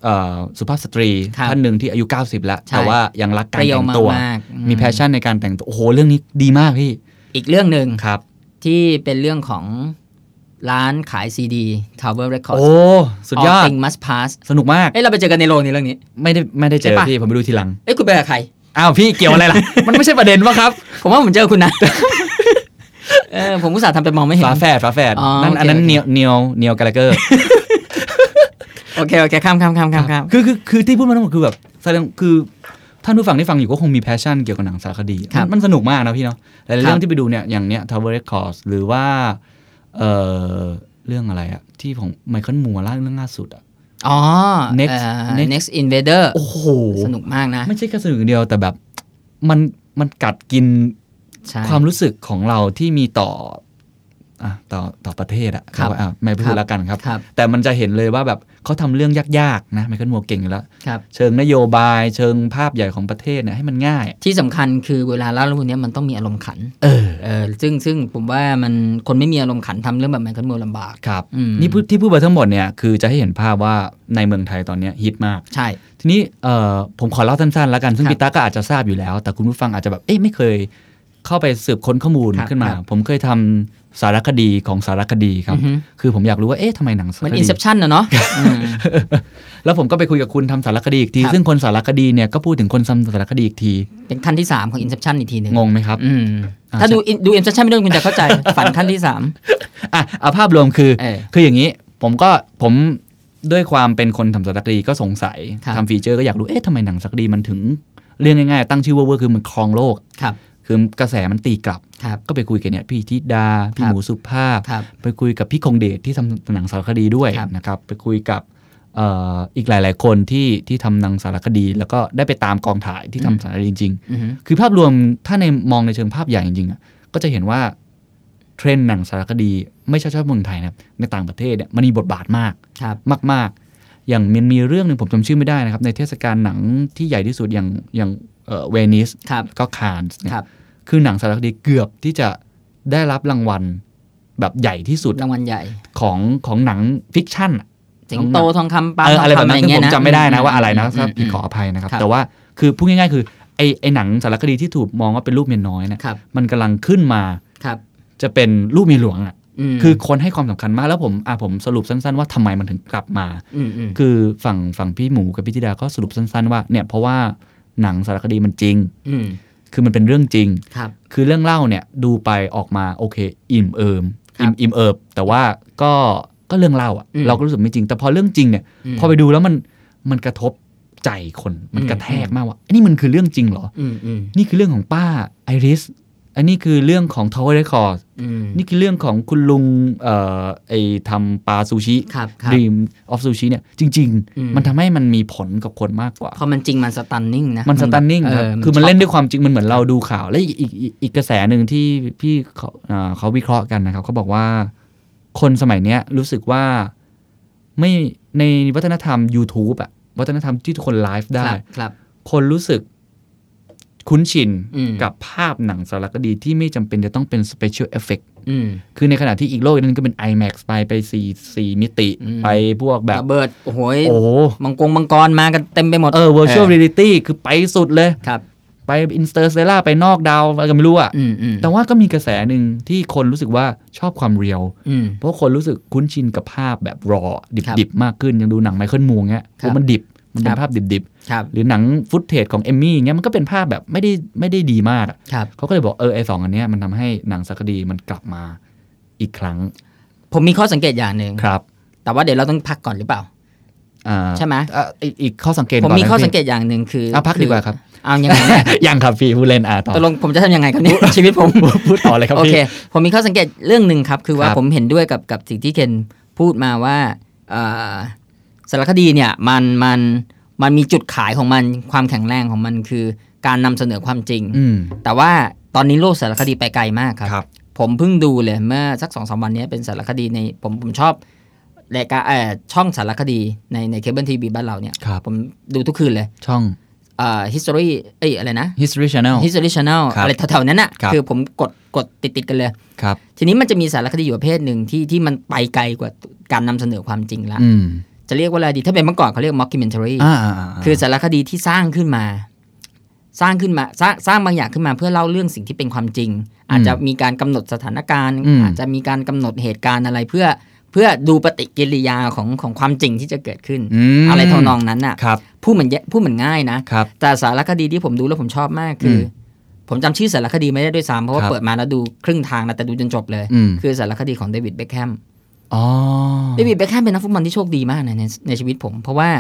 B: เอ่อสุภาพสตรี
C: ครับ
B: ท่านหนึ่งที่อายุ 90 แล้ว
C: ใช่
B: แต่ว่ายังรักการ
C: เปรี้ยว
B: แต่ง
C: มา
B: ตัว
C: กๆอื
B: มีแพชชั่นในการแต่งตัว โอ้โห เรื่องนี้ดีมากพี่
C: อีกเรื่องหนึ่ง
B: ครับ
C: ที่เป็นเรื่องของร้านขายซีดี Tower Records
B: โอ้ สุดยอด
C: All Things Must Pass
B: สนุกมาก
C: เอ้ยเราไปเจอกันในโรงนี้เรื่องนี้
B: ไม่ได้ไม่ได้เจ
C: ใช่
B: อ
C: ปะ
B: พี่ ผมไปดูทีหลัง
C: เอ้ยคุณไปกับใคร
B: อ้าวพี่เกี่ยวอะไรล่ะ มันไม่ใช่ประเด็นวะ ครับ
C: ผมว่าผมเจอคุณนะ เออผมอุตส่าห์ทำเป็นมองไม่เห็น
B: ฝาแฝดฝาแฝด
C: อ๋อ
B: นั่น
C: โอเค
B: อันนั้น
C: โอเค
B: เนียวเนียวเนียวกาลเกอร์
C: โอเคโอเคข้ามข้ามข้ามข้ามข้าม
B: คือคือคือที่พูดมาทั้งหมดคือแบบแสดงคือท่านผู้ฟังที่ฟังอยู่ก็คงมีแพชชั่นเกี่ยวกับหนังสารคดี
C: ครับ
B: มันมันสนุกมากนะพี่เนาะหลายๆ
C: ครับ
B: เรื่องที่ไปดูเนี่ยอย่างเนี้ย Tower Records หรือว่าเอ่อเรื่องอะไรอะที่ของไมเคิลมัวล่าเรื่องล่าสุดอะ
C: อ๋อ
B: Next
C: เอ่อ
B: Next
C: next invader
B: โอ้โห
C: สนุกมากนะ
B: ไม่ใช่แค่สนุกอย่างเดียวแต่แบบมันมันกัดกิน
C: ใช่
B: ความรู้สึกของเราที่มีต่ออ่ะต่อต่อประเทศอะ
C: ครับ
B: แต่ว่าอ่ะไม่พู
C: ครั
B: ด
C: บ
B: แล้วกันครับ
C: ครับ
B: แต่มันจะเห็นเลยว่าแบบเขาทำเรื่องยากๆนะไมเคิลมัวเก่งอยู่แล้ว
C: ครับ
B: เชิงนโยบายเชิงภาพใหญ่ของประเทศเนี่ยให้มันง่าย
C: ที่สำคัญคือเวลาเล่าเรื่องพวกเนี้ยมันต้องมีอารมณ์ขัน
B: เออ
C: เออซึ่งซึ่งผมว่ามันคนไม่มีอารมณ์ขันทำเรื่องแบบแมนคันโมลำบาก
B: ครับ
C: อืม
B: นี่พูดที่พูดไปทั้งหมดเนี่ยคือจะให้เห็นภาพว่าในเมืองไทยตอนเนี้ยฮิตมาก
C: ใช่
B: ทีนี้เอ่อผมขอเล่าสั้นๆแล้วกัน ซึ่ง
C: ครับ
B: พี่ตาก็อาจจะทราบอยู่แล้ว แต่คุณผู้ฟังอาจจะแบบเอ๊ะไม่เคยเข้าไปสืบค้นข้อมูล
C: ครับ
B: ขึ้นมา
C: ครับ
B: ผมเคยทำสารคดีของสารคดีครับ
C: อือฮึ
B: คือผมอยากรู้ว่าเอ๊ะทำไมหนังสา
C: เห
B: ร
C: มือน
B: คดี
C: inception นะ เนาะอืม
B: แล้วผมก็ไปคุยกับคุณทำสารคดีอีกที
C: ครับ
B: ซึ่งคนสารคดีเนี่ยก็พูดถึงคนทำสารคดีอีกที
C: เป็นขั้นที่สามของ inception อีกทีหนึ่ง
B: งงไหมครับ
C: อืม
B: อ่า
C: ถ้าดูดู inception ไม่ด้วยคุณจะเข้าใจ ฝันขั้นที่สาม
B: อ่ะเอาภาพรวมคือ
C: เออ
B: คืออย่างนี้ผมก็ผมด้วยความเป็นคนทำสารคดีก็สงสัย
C: ครับ
B: ทำฟีเจอร์ก็อยากรู้เอ๊ะทำไมหนังสารคดีมันถึงเรื่องง่ายๆ ตั้งชื่อว่าเวอร์คือมันครองโลก
C: ครับ
B: คือกระแสมันตีกลับ
C: ครับ
B: ก็ไปคุยกันเนี่ยพี่ธิดา พี่
C: ครั
B: ห
C: บ
B: มูสุภาพ
C: ครับ
B: ไปคุยกับพี่คงเดชที่ทำหนังสารคดีด้วย
C: ครับ
B: นะครับไปคุยกับเอ่ออีกหลาย ๆ คนที่ที่ทำหนังสารคดี แล้วก็ได้ไปตามกองถ่ายที่
C: อืม
B: ทำสารคดีจริง
C: อือฮึ
B: ๆ คือภาพรวมถ้าในมองในเชิงภาพใหญ่จริงๆอ่ะก็จะเห็นว่าเทรนด์หนังสารคดี ไม่ใช่เฉพาะเมืองไทยนะครับในต่างประเทศเนี่ยมันมีบทบาทมาก
C: ครับ
B: มาก ๆ อย่างมันมีเรื่องหนึ่งผมจำชื่อไม่ได้นะครับ ในเทศกาลหนังที่ใหญ่ที่สุดอย่างอย่างเวนิส
C: ครับ
B: ก็คานส์เนี่ย
C: ครับ
B: คือหนังสารคดีเกือบที่จะได้รับรางวัลแบบใหญ่ที่สุด
C: รางวัลใหญ่
B: ของของหนังฟิกชั่นอะ
C: สิงโตทองคำปลา
B: เอออะไร
C: ท
B: แบบ
C: งคำ
B: นั้นคือผมจำไม่ได้นะว่าอะไรนะ
C: ม
B: ถ้าม พี่ขอ
C: ม
B: อภัยนะครับ
C: ครับ
B: แต่ว่าคือพูดง่ายๆคือไอไอหนังสารคดีที่ถูกมองว่าเป็นลูกเมียน้อยเนะครับ มันกำลังขึ้นมา
C: ครับ
B: จะเป็นลูกเมียหลวงอ่ะ
C: ม
B: คือคนให้ความสำคัญมากแล้วผมอ่ะผมสรุปสั้นๆ ว่าทำไมมันถึงกลับมา
C: มอืม
B: คือฝั่งฝั่งพี่หมูกับพี่ธิดาก็สรุปสั้น ๆ ว่าเนี่ยเพราะว่าหนังสารคดีมันจริง
C: อืม
B: คือมันเป็นเรื่องจริง
C: ครับ
B: คือเรื่องเล่าเนี่ยดูไปออกมาโอเค อิ่มเอิม
C: ครั
B: อิ่
C: บ
B: มอิ่มเอิบแต่ว่าก็ก็เรื่องเล่าอะ
C: อืม
B: เราก็รู้สึกไม่จริง แต่พอเรื่องจริงเนี่ย
C: ม
B: พอไปดูแล้วมันมันกระทบใจคนมัน
C: อืม
B: กระแทกมากว่าไอ้นี่มันคือเรื่องจริงเหรอ
C: อืมอืม
B: นี่คือเรื่องของป้าไอริสอันนี้คือเรื่องของ Tower Records
C: อืม
B: นี่คือเรื่องของคุณลุงเอ่อไอทำปลาซูชิ
C: ครับครับ
B: ดีมออฟซูชิเนี่ยจริง
C: อืม
B: ๆ มันทำให้มันมีผลกับคนมากกว่า
C: พอมันจริงมันสตันนิ่งนะ
B: มันสตันนิ่ง
C: เ
B: ครับคือมันเล่นด้วยความจริงมันเหมือนเราดูข่าว และอีกอีกอีกอีกกระแสหนึ่งที่พี่เขาอ่าเขาวิเคราะห์กันนะครับเขาบอกว่าคนสมัยเนี้ยรู้สึกว่าไม่ในวัฒนธรรม YouTube อะวัฒนธรรมที่ทุกคนไลฟ์ได้
C: ครับครับ
B: คนรู้สึกคุ้นชิน
C: อืม
B: กับภาพหนังสารคดีที่ไม่จำเป็นจะต้องเป็นสเปเชียลเอฟเฟก
C: อืม
B: คือในขณะที่อีกโลกนึงก็เป็น IMAX ไปไปสี่สี่มิติ
C: อืม
B: ไปพวกแบบ
C: ระเบิดโอ้โหย
B: โอ้โห
C: มังกรมังกรมากันเต็มไปหมด
B: เออ virtual reality คือไปสุดเลย
C: ครับ
B: ไปอินสเตอร์เซล่าไปนอกดาวอะไรก็ไม่รู้อะ
C: อืมอืม
B: แต่ว่าก็มีกระแสหนึ่งที่คนรู้สึกว่าชอบความเรียล
C: อืม
B: เพราะคนรู้สึกคุ้นชินกับภาพแบบรอดิบ
C: ครับ
B: ดิบมากขึ้น ยังดูหนังไมเคิลมูงเงี้ย
C: ครับ
B: โอ้มันดิบ มันเป็
C: ครั
B: น
C: บ
B: ภาพดิบดิบ
C: ครับ
B: ๆหรือหนังฟุตเทจของเอมมี่เงี้ยมันก็เป็นภาพแบบไม่ได้ไม่ได้ดีมากอะ
C: ครับ
B: เขาก็เลยบอกเออไอสองอันเนี้ยมันทำให้หนังสักดีมันกลับมาอีกครั้ง
C: ผมมีข้อสังเกตอย่างหนึ่ง
B: ครับ
C: แต่ว่าเดี๋ยวเราต้องพักก่อนหรือเปล่า
B: อ่า
C: ใช่ไหม
B: อ่ะอีกอีกข้อสังเกต
C: ผม
B: ก่น
C: มี
B: นะ
C: ข้อ
B: พี่
C: สังเกตอย่างหนึ่งคือ
B: อ่ะพักดีกว่าครับ
C: เอายังไงเนี่ย
B: ยังครับพี่ ผู้เล่นอ่าต่อ
C: ตกลงผมจะทำยังไงครับเนี่ย ชีวิตผม
B: พูดต่อเลยครับ
C: โอ
B: พี่
C: เค ผมมีข้อสังเกตเรื่องหนึ่งครับ คือ
B: ค
C: ว่า
B: รับ
C: ผมเห็นด้วยกับกับสิ่งที่เคนพูดมาว่าเอ่อสารคดีเนี่ยมันมันมันมีจุดขายของมันความแข็งแรงของมันคือการนำเสนอความจริง
B: อืม
C: แต่ว่าตอนนี้โลกสารคดีไปไกลมากครับ
A: ครับ
C: ผมเพิ่งดูเลยเมื่อสักสองสามวันเนี้ยเป็นสารคดีในผมผมชอบรายการเอ่อช่องสารคดีในในเคเบิลทีวีบ้านเราเนี่ย
B: ครับ
C: ผมดูทุกคืนเลย
B: ช่อง
C: เอ่อ history เอ้ยอะไรนะ
B: history channel
C: history channel
B: ครับ
C: อะไรแถวๆนั้นน่ะ
B: ครับ
C: คือผมกดกดติดติดๆกันเลย
B: ครับ
C: ทีนี้มันจะมีสารคดีอยู่ประเภทหนึ่งที่ที่มันไปไกลกว่าการนำเสนอความจริงละ
B: อืม
C: จะเรียกว่าอะไรดีถ้าเป็นเมื่อก่อนเขาเรียก mockumentary
B: อ่าอ่าา
C: คือสารคดีที่สร้างขึ้นมา สร้างขึ้นมาสร้างสร้างบางอย่างขึ้นมาเพื่อเล่าเรื่องสิ่งที่เป็นความจริง อาจจะมีการกำหนดสถานการณ์ อาจจะมีการกำหนดเหตุการณ์อะไรเพื่อเพื่อดูปฏิกิริยาของของความจริงที่จะเกิดขึ้น
B: ม
C: อะไรทำนองนั้นน่ะ
B: ครับ
C: พูดเหมือนแยพูดเหมือนง่ายนะ
B: ครับ
C: แต่สารคดีที่ผมดูแล้วผมชอบมากคืออผมจำชื่อสารคดีไม่ได้ด้วยซ้ำเพราะว่า
B: ครับ
C: เปิดมาแล้วดูครึ่งทางนะแต่ดูจนจบเลย
B: อืม
C: คือสารคดีของเดวิดเบคแฮม
B: อ๋อ
C: เดวิดเบคแฮมเป็นนักฟุตบอลที่โชคดีมากนะในในชีวิตผม เพราะว่า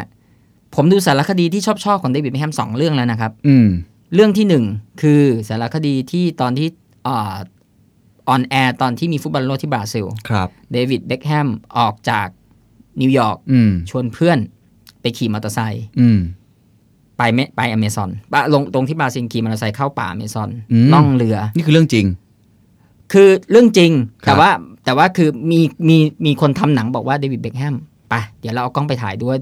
C: ผมดูสารคดีที่ชอบชอบๆของเดวิดเบคแฮมสองเรื่องแล้วนะครับ
B: อืม
C: เรื่องที่หนึ่งคือสารคดีที่ตอนที่ออนแอร์ตอนที่มีฟุตบอลโลกที่บราซิล
B: ครับ
C: เดวิดเบคแฮมออกจากนิวยอร์ก
B: อืม
C: ชวนเพื่อนไปขี่มอเตอร์ไซค์
B: อืม
C: ไปเมไปอเมซอนปะลงตรงที่บราซิลขี่มอเตอร์ไซค์เข้าป่าอเมซอน
B: อืม
C: ล่องเรือ
B: นี่คือเรื่องจริง
C: คือเรื่องจริง
B: ครับ
C: แต่ว่าแต่ว่าคือมีมีมีคนทำหนังบอกว่าเดวิดเบคแฮมไปเดี๋ยวเราเอากล้องไปถ่ายด้วย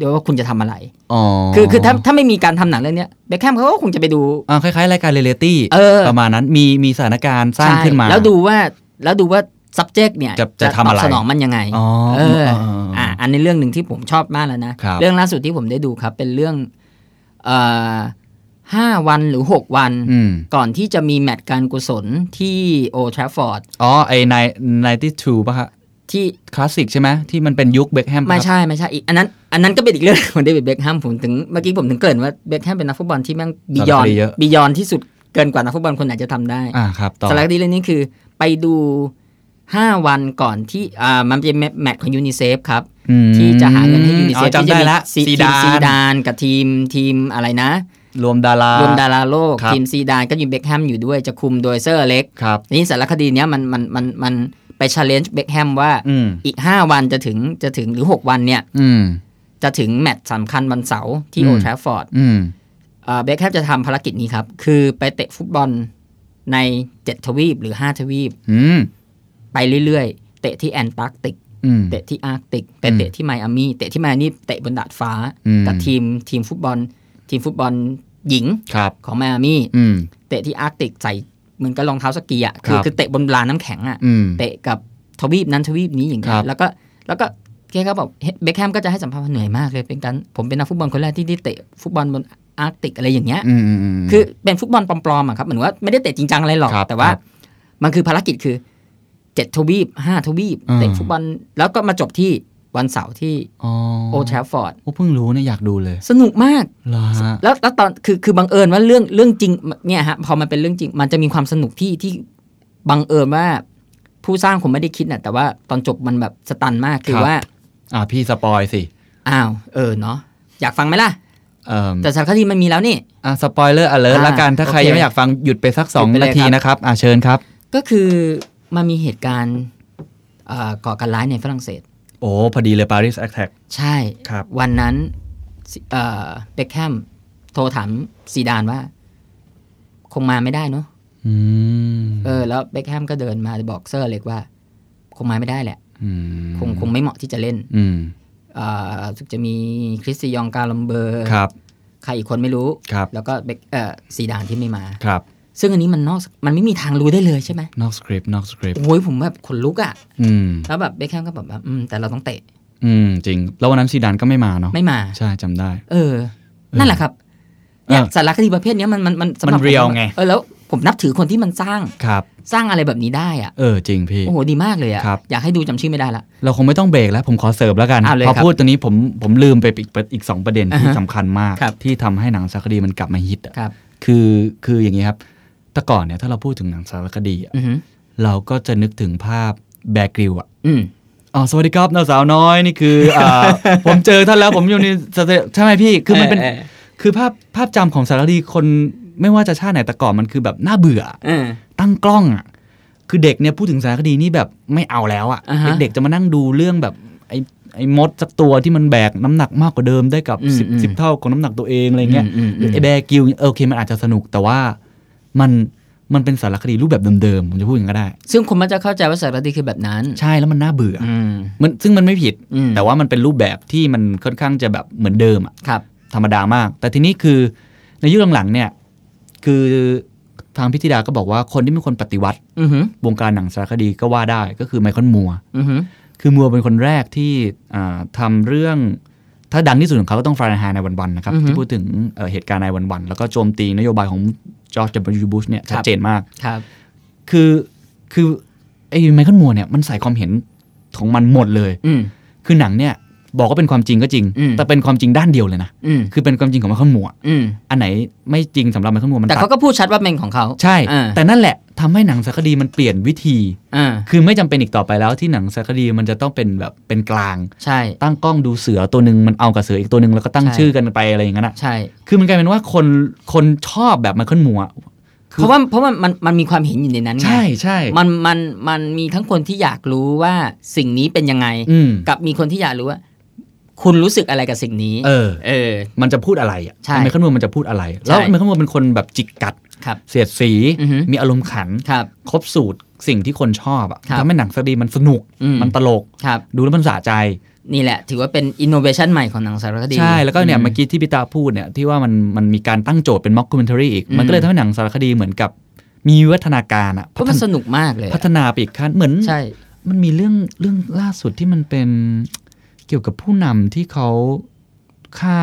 C: ด้วยว่าคุณจะทำอะไร
B: อ๋อ
C: คือคือถ้าถ้าไม่มีการทำหนังเรื่องเนี้ยเบคแฮมเขาก็คงจะไปดู
B: อ่าคล้ายๆ รายการเรเลตี้
C: เออ
B: ประมาณนั้นมีมีสถานการณ์สร้าง
C: ใช่
B: ขึ้นมา
C: แล้วดูว่าแล้วดูว่า subject เนี่ย
B: จะจะทำ
C: ตอ
B: อะ
C: บ
B: ไร
C: สนองมันยังไง
B: อ๋อ
C: เออ
B: เออเออเอออ
C: อ่ะอันนี้เรื่องหนึ่งที่ผมชอบมากแล้วนะ
B: ครับ
C: เรื่องล่าสุดที่ผมได้ดูครับ เป็นเรื่องเอ่อห้าวันหรือหกวัน
B: อืม
C: ก่อนที่จะมีแมตช์การกุศลที่โอทราฟอร์ด
B: อ๋อ ไอ้นายนที่ทูป่ะฮะ
C: ที่
B: คลาสสิกใช่ไหมที่มันเป็นยุคเบคแฮม
C: ไม่ใช่ไม่ใช่อีกอันนั้นอันนั้นก็เป็นอีกเรื่องของเดวิดเบคแฮมผมถึงเมื่อกี้ผมถึงเกริ่นว่าเบคแฮมเป็นนักฟุตบอลที่แม่งบียอนบียอนที่สุดเกินกว่านักฟุตบอลคนไหนจะทำได้
B: อ่าครับ ต่อ
C: สารคดีเรื่องนี้คือไปดู 5 วันก่อนที่อ่ามันเป็นแมตช์ของยูนิเซฟครับ
B: อืม
C: ที่จะหาเงินให้ยูนิเซ
B: อ๋
C: ฟ
B: อจำได้ละ
C: ซี
B: ซี
C: ดา
B: ดาน น
C: ซีดานกับทีมทีมอะไรนะ
B: รวมดาราร ร
C: วมดาราโลก
B: ครับ
C: ทีมซีดานก็ยูเบคแฮมอยู่ด้วยจะคุมโดยเซอร์อเล็กซ์
B: ครับ
C: นี่สารคดีเนี้ยมันมันมันมันไปชาเลนจ์เบคแฮมว่า
B: อืม
C: อีก 5 วันจะถึงจะถึงหรือ 6 วันเนี่ย
B: อืม
C: จะถึงแมตช์สำคัญวันเสาร์ที่
B: อื
C: โอ
B: ม
C: ทราฟอร์ด
B: อืม
C: เบคแฮมจะทำภารกิจนี้ครับ คือไปเตะฟุตบอลใน 7 ทวีปหรือ 5 ทวีป
B: อืม
C: ไปเรื่อยๆ เตะที่แอนตาร์กติก
B: อืม
C: เตะที่อาร์กติก ไปเตะที่ไมอามี่เตะที่ไมอามี่เตะบนดาดฟ้า
B: อืม
C: กับทีมทีมฟุตบอล ทีมฟุตบอลหญิง
B: ครับ
C: ของไมอามี่
B: อืม
C: เตะที่อาร์กติกใส่เหมือนกับรองเท้าสกีอ่ะคือ
B: ครับ
C: คือเตะบนลานน้ำแข็งอ่ะ
B: อืม
C: เตะกับทวีปนั้นทวีปนี้อย่าง
B: ค
C: เงี้
B: รับ
C: ยแล้วก็แล้วก็แกก็บอกเบคแฮมก็จะให้สัมภาษณ์ว่าเหนื่อยมากเลยเป็นการผมเป็นนักฟุตบอลคนแรกที่ได้เตะฟุตบอลบนอาร์กติกอะไรอย่างเงี้ย
B: อืมอืมม
C: คือเป็นฟุตบอลปลอมๆอะครับเหมือนว่าไม่ได้เตะจริงจังอะไรหรอก
B: ครับ
C: แต่ว่า
B: ครับ
C: มันคือภารกิจคือเจ็ดทวีปห้าทวีป
B: อืม
C: เตะฟุตบอลแล้วก็มาจบที่วันเสาร์ที่
B: อ๋อ
C: โอทราฟอร์ด
B: โอ้เพิ่งรู้นะอยากดูเลย
C: สนุกมาก
B: เหรอฮะ
C: แล้วแล้วตอนคือคือบังเอิญว่าเรื่องเรื่องจริงเนี่ยฮะพอมันเป็นเรื่องจริง มันจะมีความสนุกที่ที่บังเอิญว่าผู้สร้างผมไม่ได้คิดนะแต่ว่าตอนจบมันแบบสตันมากคือ
B: ครับ
C: ว่า
B: อ่าพี่สปอยสิ
C: อ้าวเออเนาะอยากฟังไหมล่ะ
B: เอ่ม
C: แต่สารคดีมันมีแล้วนี่
B: อ่ะสปอยเลอร์อเลอร์
C: อ่ะ
B: ละกันถ้าใคร
C: โอเค
B: ยังไม่อยากฟังหยุดไปสัก
C: หยุด
B: 2
C: ไปเลย
B: นาที
C: ครับ
B: นะครับอ่ะเชิญครับ
C: ก็คือมันมีเหตุการณ์เอ่อก่อการร้ายในฝรั่งเศส
B: โอ้พอดีเลยปารีสแอคแท็ก
C: ใช่
B: ครับ
C: วันนั้นเอ่อเบคแฮมโทรถามซีดานว่า คงมาไม่ได้เนาะ
B: อืม
C: เออแล้วเบคแฮมก็เดินมาบอกเซอร์เล็กว่า คงมาไม่ได้แหละ
B: ม
C: คงคงไม่เหมาะที่จะเล่น
B: อืม
C: เอ่อรู้สึกจะมีคริสติยองกาลัมเบอร์
B: ครับ
C: ใครอีกคนไม่รู้
B: ครับ
C: แล้วก็เบคเอ่อซีดานที่ไม่มา
B: ครับ
C: ซึ่งอันนี้มันนอกมันไม่มีทางรู้ได้เลยใช่ไหม
B: นอกสคริปต์นอกสคริปต์
C: โอ้ยผมแบบขนลุกอะ
B: อืม
C: แล้วแบบเบคแฮมก็แบบว่าอืมแต่เราต้องเตะ
B: อืม จริง แล้ววันนั้นซีดานก็ไม่มาเนาะ
C: ไม่มา
B: ใช่จำได้
C: เออ นั่นแหละครับเนี่ยสารคดีประเภทเนี้ยมันมันมันสำหบ
B: มันเรียล
C: ผมอะ
B: ไง
C: เออแล้วผมนับถือคนที่มันสร้าง
B: ครับ
C: สร้างอะไรแบบนี้ได้อะ
B: เออ จริงพี่
C: โอ้โหดีมากเลยอะ
B: ครับ
C: อยากให้ดูจำชื่อไม่ได้ละ
B: เราคงไม่ต้องเบรกแล้ว ผมขอเสริมแล้วกัน
C: เอาเลย
B: พอ
C: ครับ
B: พูดตัวนี้ผมผมลืมไปอีกอีกสองประเด็นที่
C: อ่าฮะ
B: สำคัญมาก
C: ครับ
B: ที่ทำให้หนังสารคดีมันกลับมาฮิตอะ
C: ครับ
B: คือคืออย่างนี้ครับแต่ก่อนเนี่ยถ้าเราพูดถึงหนังสารคดีอะ
C: อือหือ
B: เราก็จะนึกถึงภาพแบกริวอะ
C: อืม
B: อ๋อสวัสดีครับน้องสาวน้อยนี่คืออ่า ผมเจอท่านแล้วผมอยู่ในสเตใช่ไหมพี่คือมันเป็น
C: เออเออ
B: คือภาพภาพจำของสารคดีคนไม่ว่าจะชาติไหนแต่ก่อนมันคือแบบน่าเบื่อ
C: เออ
B: ตั้งกล้องอ่ะคือเด็กเนี่ยพูดถึงสารคดีนี่แบบไม่เอาแล้วอ่ะ
C: อ่าฮะ
B: เด็กๆจะมานั่งดูเรื่องแบบไอ้ไอ้มดสักตัวที่มันแบกน้ำหนักมากกว่าเดิมได้กับ
C: อืม
B: สิบ
C: อืม
B: สิบเท่าของน้ำหนักตัวเองอะไรเงี้ย
C: อืมอืมอืม
B: หรือไอ้แบร์กิลเออโอเคมันอาจจะสนุกแต่ว่ามันมันเป็นสารคดีรูปแบบเดิมๆผมจะพูดอย่างนั้นก็ได้
C: ซึ่งคนมันจะเข้าใจว่าสารคดีคือแบบนั้น
B: ใช่แล้วมันน่าเบื่ออ
C: อืม
B: มันซึ่งมันไม่ผิด
C: อืม
B: แต่ว่ามันเป็นรูปแบบที่มันค่อนข้างจะแบบเหมือนเดิมอะ
C: ครับ
B: ธรรมดามาก แต่ทีนี้คือในยุคหลังๆเนี่ย คือทางพิธิดาก็บอกว่าคนที่เป็นคนปฏิวัติ
C: อือหือ
B: วงการหนังสารคดีก็ว่าได้ก็คือไมเคิลมัวร์
C: อือหือ
B: คือมัวร์เป็นคนแรกที่อ่าทำาเรื่อง ถ้าดังที่สุดของเขาก็ต้องฟา a น h ฮในวันวันๆนะครับ ที่พูดถึงเอ่อเหตุการณ์ในวันวันๆแล้วก็โจมตีนโยบายของจอร์จ W. บุชเนี่ยชัดเจนมาก
C: ครับ
B: คือคือไอ้ไมเคิลมัวร์เนี่ยมันใส่ความเห็นของมันหมดเลย
C: อืม
B: คือหนังเนี่ยบอกว่าเป็นความจริงก็จริง
C: อืม
B: แต่เป็นความจริงด้านเดียวเลยนะ
C: อืม
B: คือเป็นความจริงของไมเคิลมัวร์
C: อืม
B: อันไหนไม่จริงสำหรับไมเคิลมัวร์มัน
C: แต่
B: ตั
C: เขา
B: ด
C: ก็พูดชัดว่าเป็นของเขา
B: ใช่
C: อ่า
B: แต่นั่นแหละทำให้หนังสารคดีมันเปลี่ยนวิธี
C: อ่า
B: คือไม่จำเป็นอีกต่อไปแล้วที่หนังสารคดีมันจะต้องเป็นแบบเป็นกลาง
C: ใช่
B: ตั้งกล้องดูเสือตัวหนึ่งมันเอากับเสืออีกตัวหนึ่งแล้วก็ตั้ง
C: ใช่
B: ชื่อกันไปอะไรอย่างนั้นอะ
C: ใช่
B: คือมันกลายเป็นว่าคนคนชอบแบบไมเคิลมัวร์ คือ
C: เพราะว่าเพราะว่ามันมันมีความเห็นอยู่ในนั้นไง
B: ใช่ใช่
C: มันมันมันมีทั้งคนที่อยากรู้ว่าสิ่งนี้เป็นยังไง
B: อืม
C: กับมีคนที่อยากรู้ว่า คุณรู้สึกอะไรกับสิ่งนี้
B: เออ
C: เออ
B: มันจะพูดอะไรอ่ะ
C: ใช่
B: ไมเคิลมัวร์มันจะพูดอะไร แล้ว
C: ใช่
B: ไมเคิลมัวร์เป็นคนแบบจิกกัด
C: ครับ
B: เสียดสี
C: อือหือ
B: มีอารมณ์ขัน
C: ครับ
B: ครบสูตรสิ่งที่คนชอบอะ
C: ครับ
B: ทำให้หนังสตรีมันสนุก
C: อืม
B: มันตลก
C: ครับ
B: ดูแล้วมันสะใจ
C: นี่แหละ ถือว่าเป็นอินโนเวชันใหม่ของหนังสารคดี
B: ใช่ แล้วก็เนี่ย
C: อืม
B: เมื่อกี้ที่พี่ตาพูดเนี่ยที่ว่ามันมันมีการตั้งโจทย์เป็นม็อกคูเมนทารีอีก
C: อืม
B: มันก็เลยทำให้หนังสารคดีเหมือนกับ มีวิวัฒนาการอะ
C: เพราะมันสนุกมากเลย
B: พัฒนาไปอีกขั้นเหมือน
C: ใช่
B: มันมีเรื่องเรื่องล่าสุดที่มันเป็นเกี่ยวกับผู้นำที่เขาฆ่า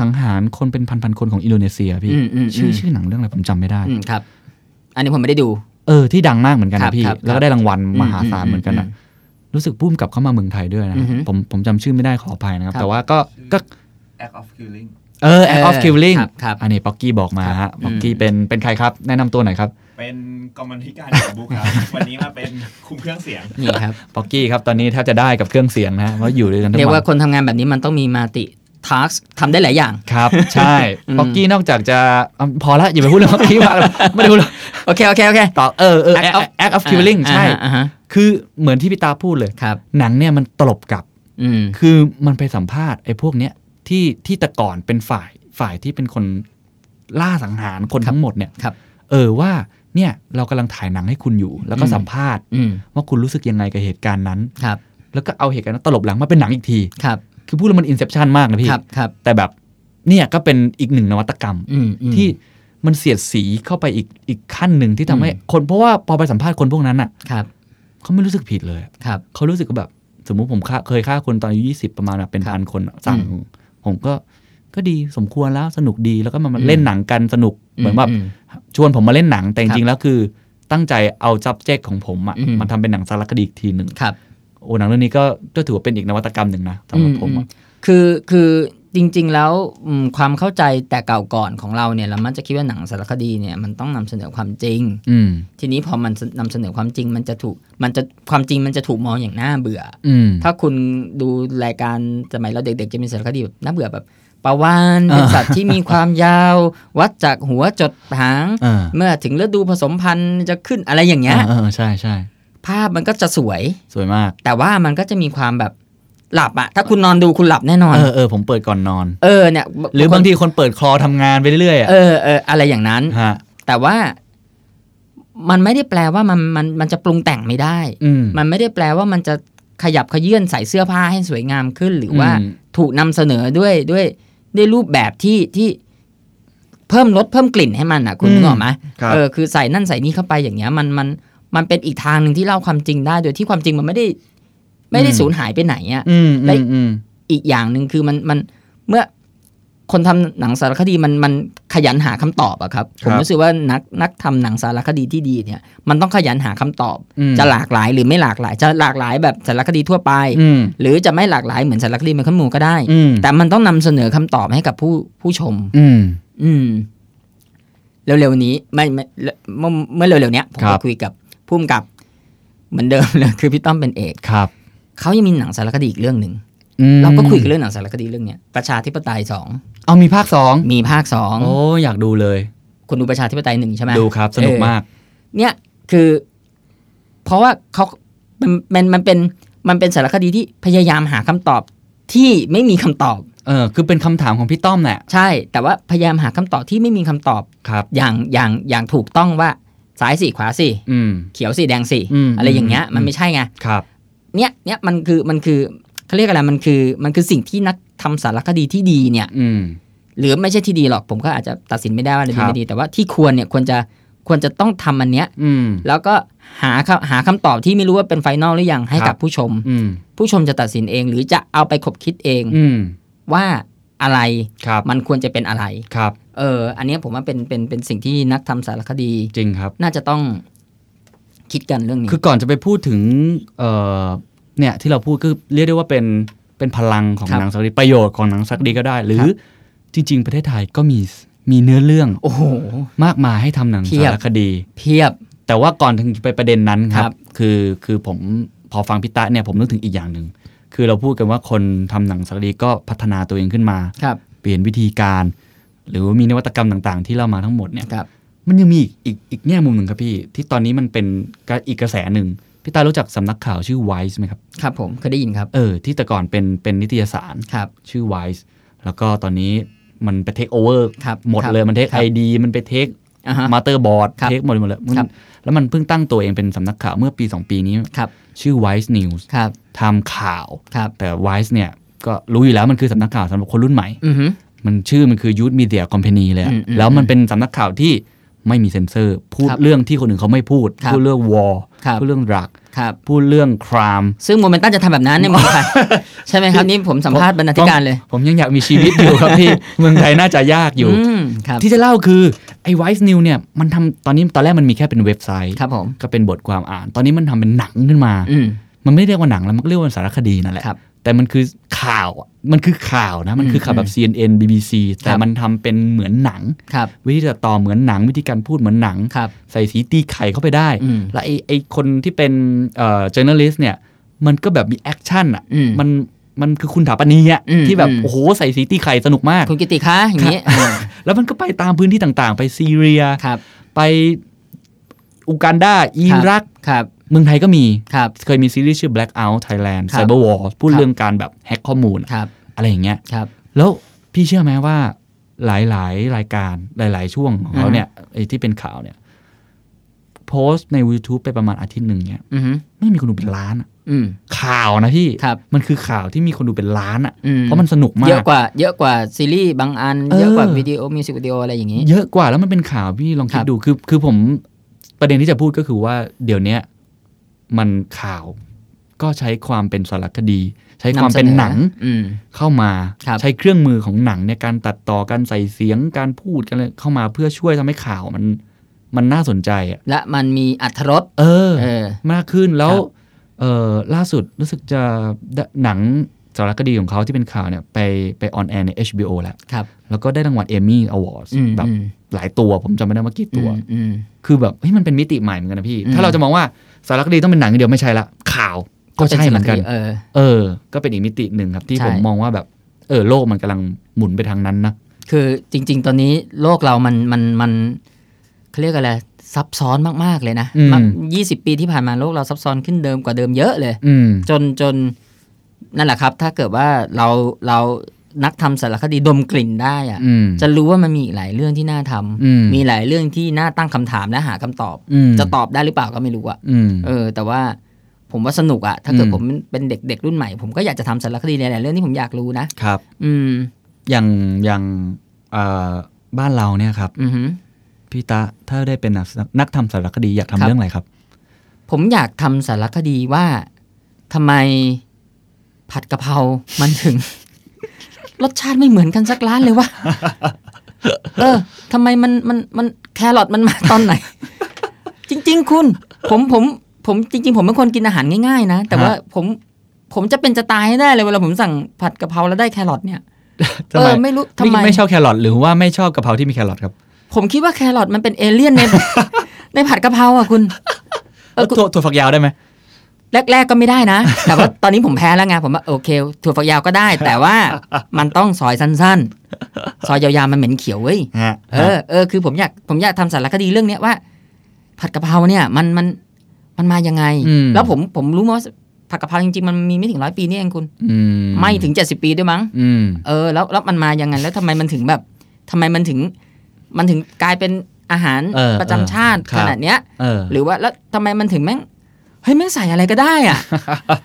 B: สังหารคนเป็นพันๆคนของอินโดนีเซียพี่
C: อืมอืม
B: ชื่อ
C: อืม
B: ชื่อหนังเรื่องอะไรผมจำไม่ได้
C: อืมครับ อันนี้ผมไม่ได้ดู
B: เออที่ดังมากเหมือนกัน
C: ครับ
B: นะพี่
C: ครับ
B: แล้วก็ได้รางวัลมหาศาล
C: อืม
B: เหมือนกันนะ
C: อืม
B: รู้สึกพุ่มกลับเข้ามาเมืองไทยด้วยนะ
C: อือฮึ
B: ผมผมจำชื่อไม่ได้ขออภัยนะครับ
C: ครับ
B: แต่ว่าก็ก็
A: Act of Killing
B: เออ act of
C: เออ
B: killing
C: ครับครับ
B: อันนี้ป๊อกกี้บอกมา
C: ครั
B: ฮะ
C: บ
B: ป๊อกกี้
C: อืม
B: เป็นเป็นใครครับ แนะนำตัวหน่อยครับ
D: เป็นกรรมาธิการของบุ๊คครับ วันนี้มาเป็นคุมเครื่องเสียง
C: นี่ครับ
B: ป๊อกกี้ครับ ตอนนี้แทบจะได้กับเครื่องเสียงนะฮะเพราะอยู่ด้วยกันทั้ง
C: เรียก
B: วั
C: ว่าน คนทำงานแบบนี้มันต้องมีมาติทาร์กทำได้หลายอย่าง
B: ครับ ใช่
C: อืม
B: ป๊อกกี้นอกจากจะอ่ะพอละอย่าไปพูดเรื่องป๊อกกี้มากเลยไม่ได้พูดแล้ว
C: โอเค โอเค โอเค
B: ต่อเออเออ
C: Act of-
B: act of killing ใช่
C: อ่าฮะอ่าฮะ
B: คือเหมือนที่พี่ตาพูดเลย
C: ครับ
B: หนังเนี่ยมันตลบกลับ
C: อืม
B: คือมันไปสัมภาษณ์ไอ้พวกเนี้ยที่ที่แต่ก่อนเป็นฝ่ายฝ่ายที่เป็นคนล่าสังหารคนทั้งหมดเนี่ย
C: ครับ
B: เออว่าเนี่ยเรากำลังถ่ายหนังให้คุณอยู่ แล้วก็สัมภาษณ์
C: อืม
B: ว่าคุณรู้สึกยังไงกับเหตุการณ์นั้น
C: ครับ
B: แล้วก็เอาเหตุการณ์นั้นตลบหลังมาเป็นหนังอีกที
C: ครับ
B: คือพูดแล้วมันอินเ p พชันมากนะพี่
C: ครับ ครับ
B: แต่แบบเนี่ยก็เป็นอีกหนึ่งนวัตกรรม
C: อืมอืม
B: ที่มันเสียดสีเข้าไปอีกอีกขั้นหนึ่งที่ทำให้
C: อืม
B: คนเพราะว่าพอไปสัมภาษณ์คนพวกนั้นอ่ะ
C: ครับ
B: เขาไม่รู้สึกผิดเลย
C: ครับ
B: เขารู้สึกว่าแบบสมมุติผมฆ่าเคยฆ่าคนตอนอายุยี่สิบประมาณแบบเป็นพันคนอะสั่ง ผมก็ก็ดีสมควรแล้วสนุกดีแล้วก็มามา
C: อืม
B: เล่นหนังกันสนุกเหมือนแบบ
C: ม
B: ชวนผมมาเล่นหนังแต่จ
C: ครั
B: ริงๆ
C: บ
B: แล้วคือ ตั้งใจเอา subject ของผมอะ
C: อืม
B: มาทำเป็นหนังสารคดีอีกทีหนึ่ง
C: ครับ
B: โอ้หนังเรื่องนี้ก็ก็ถือว่าเป็นอีกนวัตกรรมหนึ่งนะสำหรับผม
C: อื
B: อะ
C: คือคือจริง ๆ แล้วอืมความเข้าใจแต่เก่าก่อนของเราเนี่ยเรามักจะคิดว่าหนังสารคดีเนี่ยมันต้องนำเสนอความจริง
B: อืม
C: ทีนี้พอมันนำเสนอความจริง มันจะถูกมันจะความจริงมันจะถูกมองอย่างน่าเบื่อ
B: อืม
C: ถ้าคุณดูรายการสมัยเราเด็กๆ จะมีสารคดีแบบน่าเบื่อแบบปลาวานเป็น
B: อ่า
C: สัตว์ที่มีความยาว วัดจากหัวจดหาง
B: อ่า
C: เมื่อถึงฤดูผสมพันธุ์จะขึ้นอะไรอย่างเงี้ย
B: เออใช่ใช่
C: ภาพมันก็จะสวย
B: สวยมาก
C: แต่ว่ามันก็จะมีความแบบหลับอะถ้าคุณนอนดูคุณหลับแน่นอน
B: เออเออผมเปิดก่อนนอน
C: เออเนี่ย
B: หรือบางทีคนเปิดคลอทำงานไปเรื่อยๆอะ
C: เออเอออะไรอย่างนั้น
B: ฮะ
C: แต่ว่ามันไม่ได้แปลว่ามันมันมันจะปรุงแต่งไม่ได้
B: อืม
C: มันไม่ได้แปลว่ามันจะขยับขยื่นใส่เสื้อผ้าให้สวยงามขึ้น หรือว่า
B: อืม
C: ถูกนำเสนอด้วยด้วยด้วยรูปแบบที่ที่ เพิ่มรสเพิ่มกลิ่นให้มันอ่ะคุณ
B: อืม
C: นึกออกไหม
A: ครับ
C: เออคือใส่นั่นใส่นี่เข้าไปอย่างเงี้ยมันมันมันเป็นอีกทางหนึ่งที่เล่าความจริงได้ โดยที่ความจริงมันไม่ได้ ไม่ได้สูญหายไปไหนอ่ะ
B: อืม
C: ได้
B: อืมอืม
C: อีกอย่างหนึ่งคือมันมันเมื่อคนทำหนังสารคดีมันมันขยันหาคำตอบอะครับผ
A: ค
C: ม
A: รับ
C: รู้สึกว่านักนักทำหนังสารคดีที่ดีเนี่ย มันต้องขยันหาคำตอบ
B: อืม
C: จะหลากหลายหรือไม่หลากหลาย จะหลากหลายแบบสารคดีทั่วไป
B: อืม
C: หรือจะไม่หลากหลายเหมือนสารคดีไมเคิลมูก็ได้
B: อืม
C: แต่มันต้องนำเสนอคำตอบให้กับผู้ผู้ชม
B: อืม
C: อืม เร็วๆนี้ไม่ไม่เมื่อเมื่อเร็วๆเนี้ยผม
B: ครั
C: ไป
B: บ
C: คุยกับผู้กำกับ เหมือนเดิม เลยคือพี่ต้อมเป็นเอก
B: ครับ
C: เขายังมีหนังสารคดีอีกเรื่องหนึ่ง
B: อืม
C: เราก็คุยกันเรื่องหนังสารคดีเรื่องเนี้ยประชาธิปไตยสอง
B: เอามีภาคสอง
C: มีภาคสอง
B: โอ้อยากดูเลย
C: คุณดูประชาธิปไตยหนึ่งใช่ไหม
B: ดูครับสนุกมาก
C: เออเนี่ยคือ เพราะว่าเขามันมันมันเป็นมันเป็นสารคดีที่พยายามหาคำตอบที่ไม่มีคำตอบ
B: เออ คือเป็นคำถามของพี่ต้อมแหละ
C: ใช่ แต่ว่าพยายามหาคำตอบที่ไม่มีคำตอบ
B: ครับ
C: อย่างอย่างอย่างถูกต้องว่าซ้ายสี่ขวาสี่
B: อืม
C: เขียวสี่แดงสี่
B: อืม
C: อะไรอย่างเงี้ย
B: อืม
C: มันไม่ใช่ไง
B: ครับ
C: เนี่ยเนี่ยมันคือมันคือเขาเรียกอะไรมันคือมันคือสิ่งที่นักทำสารคดีที่ดีเนี่ย
B: อืม
C: หรือไม่ใช่ที่ดีหรอกผมก็อาจจะตัดสินไม่ได้ว่าอะไร
B: ค
C: ดี
B: รับ
C: ไม่ดีแต่ว่าที่ควรเนี่ยควรจะควรจะต้องทำอันเนี้ย
B: อืม
C: แล้วก็หาคำหาคำตอบที่ไม่รู้ว่าเป็นไฟนอลหรือยังให้
B: ครั
C: กับบ ผู้ชม
B: อืม
C: ผู้ชมจะตัดสินเอง หรือจะเอาไปขบคิดเอง
B: อืม
C: ว่าอะไร
B: ครับ
C: มันควรจะเป็นอะไร
B: ครับ
C: เออ อันเนี้ยผมว่าเป็นเป็นเป็นสิ่งที่นักทำสารคดี
B: จริงครับ
C: น่าจะต้องคิดกันเรื่องนี้
B: คือก่อนจะไปพูดถึงเอ่อเนี่ยที่เราพูดคือเรียกได้ว่าเป็นเป็นพลังของ
C: ครับ
B: หนังสักดีประโยชน์ของหนังสักดีก็ได้ หรือ
C: ครับ
B: จริง ๆ ประเทศไทยก็มีมีเนื้อเรื่อง
C: โอ้โห
B: มากมายให้ทำหนัง
C: เพียบ
B: สารคดี
C: เพียบ
B: แต่ว่าก่อนถึงไปประเด็นนั้นค
C: ครั
B: รับ
C: บ
B: คือคือผมพอฟังพิตะเนี่ยผมนึกถึงอีกอย่างหนึ่งคือเราพูดกันว่าคนทำหนังสารคดีก็พัฒนาตัวเองขึ้นมา
C: ครับ
B: เปลี่ยนวิธีการ หรือว่ามีนวัตกรรมต่างๆ ที่เรามาทั้งหมดเนี่ย
C: ครับ
B: มันยังมีอีกอีกอีกแง่มุมหนึ่งครับพี่ ที่ตอนนี้มันเป็นกระอีกกระแสหนึ่งพี่ตารู้จักสำนักข่าวชื่อ Wise ไหมครับ
C: ครับผมเคยได้ยินครับ
B: เออ ที่แต่ก่อนเป็นเป็นนิตยสาร
C: ครับ
B: ชื่อ Wise แล้วก็ตอนนี้มันไปเทคโอเวอร์
C: ครับ
B: หมด
C: ครับ
B: เลยมันเทค
C: ครั
B: ไอบ ดีมันไปเทค
C: อ่าฮะ
B: มาเตอร์บอร์ด
C: ครับ
B: เทคหมดหมดเลยมัน
C: ครับ
B: แล้วมันเพิ่งตั้งตัวเองเป็นสำนักข่าวเมื่อปี 2 ปีนี้
C: ครับ
B: ชื่อ Wise News
C: ครับ
B: ทำข่าว
C: ครับ
B: แต่ Wise เนี่ยก็รู้อยู่แล้วมันคือสำนักข่าวสำหรับคนรุ่นใหม่
C: อือฮึ
B: มันชื่อมันคือ Youth Media Company เลยอะ
C: อืมอืม
B: แล้วมันเป็นสำนักข่าวที่ไม่มีเซ็นเซอร์ พูด
C: ครับ
B: เรื่องที่คนอื่นเขาไม่พูด
C: ครับ
B: พูดเรื่องวอล
C: ครับ
B: พูดเรื่องรัก
C: ครับ
B: พูดเรื่องคราม
C: ซึ่งโมเมนตัมจะทำแบบนั้นในเมืองไทย ใช่ไหมครับ นี่ผมสัมภาษณ์บรรณาธิการเลย
B: ผมผมยังอยากมีชีวิตอยู่ครับพี่ เมืองไทยน่าจะยากอยู่
C: มครับ
B: ที่จะเล่าคือ ไอ้ Wise New เนี่ยมันทำตอนนี้ตอนแรกมันมีแค่เป็นเว็บไซต์
C: ครับผม
B: ก็เป็นบทความอ่าน ตอนนี้มันทำเป็นหนังขึ้นมา
C: อืม
B: มันไม่เรียกว่าหนังแล้วมันก็เรียกว่าสารคดีนั่นแหละ
C: ครับ
B: แต่มันคือข่าวอะมันคือข่าวนะมันคือข่าวแบบ CNN BBC แต่
C: ครับ
B: มันทำเป็นเหมือนหนัง
C: ครับ
B: วิธีตัดต่อเหมือนหนังวิธีการพูดเหมือนหนัง
C: ครับ
B: ใส่สีตีไข่เข้าไปได้
C: อืม
B: และไอไอคนที่เป็นเอ่อ journalist เนี่ย มันก็แบบมีแอคชั่นอ่ะ
C: อืม
B: มันมันคือคุณถาปนีอ่ะ
C: อืม
B: ที่แบบ
C: อืม
B: โอ้โหใส่สีตีไข่สนุกมาก
C: คุณกิติคะอย่างนี้เออ
B: แล้วมันก็ไปตามพื้นที่ต่างๆ ไปซีเรีย
C: ครับ
B: ไปอูกันดาอิรัก
C: ครับ
B: เมืองไทยก็มี
C: ครับ
B: เคยมีซีรีส์ชื่อ Blackout Thailand
C: ครับ
B: Cyber War พูดเรื่องการแบบแฮกข้อมูลอะ
C: ครับ
B: อะไรอย่างเงี้ย
C: ครับ
B: แล้วพี่เชื่อไหมว่าหลาย ๆ รายการหลาย ๆ ช่วงของเขาเนี่ยไอ้ที่เป็นข่าวเนี่ย โพสต์ใน YouTube ไปประมาณอาทิตย์หนึ่งเนี่ย
C: อือฮึ
B: ไม่มีคนดูเป็นล้านอะ
C: อืม
B: ข่าวนะพี่
C: ครับ
B: มันคือข่าวที่มีคนดูเป็นล้านอะ
C: อืม
B: เพราะมันสนุกมา
C: เยอะ
B: ก
C: กว่า เยอะกว่าซีรีส์บางอัน
B: เออ
C: เยอะกว่าวิดีโอ มิวสิกวิดีโออะไรอย่างนี้
B: เยอะกว่าแล้วมันเป็นข่าวพี่ลองคิด
C: ครับ
B: ดูคือคือผมประเด็นที่จะพูดก็คือว่าเดี๋ยวเนี้ยมันข่าวก็ใช้ความเป็นสารคดี ใช้ความเป็นหนัง
C: อืม
B: เข้ามา
C: ครับ
B: ใช้เครื่องมือของหนังในการตัดต่อการใส่เสียงการพูดกันเลยเข้ามาเพื่อช่วยทำให้ข่าวมันมันน่าสนใจอ่ะ
C: และมันมีอัธรส
B: เออ
C: เออ
B: มากขึ้นแล้ว
C: ครับ
B: เออล่าสุดรู้สึกจะได้หนังสารคดีของเขาที่เป็นข่าวเนี่ยไปไปออนแอร์ใน HBO แล้ว
C: ครับ
B: แล้วก็ได้รางวัลเอมี่อวอร์ด
C: อืม
B: แบบ
C: อืม
B: หลายตัวผมจำไม่ได้ว่ากี่ตัว
C: อืมอืม
B: คือแบบเฮ้ยมันเป็นมิติใหม่เหมือนกันนะพี่
C: อืม
B: ถ้าเราจะมองว่าสารคดีต้องเป็นหนังอย่างเดียวไม่ใช่ละข่าวก็ใช่เหมือนกัน
C: เออ
B: เออ ก็เป็นอีกมิติหนึ่งครับที่
C: ใช่
B: ผมมองว่าแบบ เออ โลกมันกำลังหมุนไปทางนั้นนะ
C: คือจริง ๆ ตอนนี้โลกเรามันมันมันเขาเรียกอะไร ซับซ้อนมาก ๆ เลยนะ
B: อืม
C: ยี่สิบปีที่ผ่านมาโลกเราซับซ้อนขึ้นเดิมกว่าเดิมเยอะเลย
B: อืม
C: จนจนนั่นแหละครับ ถ้าเกิดว่าเราเรานักทำสารคดีดมกลิ่นได้อะ
B: อืม
C: จะรู้ว่ามันมีอีกหลายเรื่องที่น่าทำ
B: อืม
C: มีหลายเรื่องที่น่าตั้งคำถามและหาคำตอบ
B: อืม
C: จะตอบได้หรือเปล่าก็ไม่รู้อะ
B: อืม
C: เออ แต่ว่าผมว่าสนุกอะถ้าเกิด
B: อืม
C: ผมเป็นเด็กๆรุ่นใหม่ ผมก็อยากจะทำสารคดีในหลายๆเรื่องที่ผมอยากรู้นะครับ อืม
B: อย่างอย่างเอ่อ บ้านเราเนี่ยครับ
C: อือหือ
B: พี่ตะถ้าได้เป็นนักทำสารคดีอยากทำ
C: ครับ
B: เรื่องอะไรครับ
C: ผมอยากทำสารคดีว่าทำไมผัดกะเพรา มันถึง รสชาติไม่เหมือนกันสักร้านเล ยวะ เออทำไมมันมันมันแครอทมันมาตอน ไหน จริง ๆ คุณ ผมผม ผมจริง ๆ ผมเป็นคนกินอาหารง่ายๆนะ แต่ว่าผมผมจะเป็นจะตายให้ได้เลยเวลาผมสั่งผัดกะเพราแล้วได้แครอทเนี่ย
B: ทำ
C: เอ
B: ไม
C: อไม่รู้ทำไม
B: ไม่ชอบแครอทหรือว่าไม่ชอบกะเพราที่มีแครอทครับ
C: ผมคิดว่าแครอทมันเป็นเอเลี่ยนใน ในผัดกะเพราอ่ะคุณ เออคุณ
B: แล้วถั่วถั่วฝักยาวได้ไหม
C: แรก ๆ ก็ไม่ได้นะ แต่ว่าตอนนี้ผมแพ้แล้วไงผมว่าโอเคถั่วฝักยาวก็ ได้ แต่ว่ามันต้องซอยสั้นๆ ซอยยาวๆมันเหม็นเขียวเว้ย เออเออคือผมอยากผมอยากทำสารคดีเรื่องเนี้ยว่า ผัดกะเพราเนี่ยมันมันมันมายังไง
B: อืม
C: แล้วผมผมรู้มาว่าผัดกะเพราจริงๆมันมีไม่ถึงร้อยปีนี่เองคุณ
B: อื
C: ไม่ถึงเจ็ดสิบปีด้วยมั้ง
B: อืม
C: เออแล้วแล้วมันมายังไงแล้วทำไมมันถึงแบบทำไมมันถึง มันถึงกลายเป็นอาหาร
B: เออ
C: ประจำชาติ
B: เออครั
C: ข
B: บ
C: นาดเนี้ย
B: เออ
C: หรือว่าแล้วทำไมมันถึงแม่งเฮ้ยแม่งใส่อะไรก็ได้อะ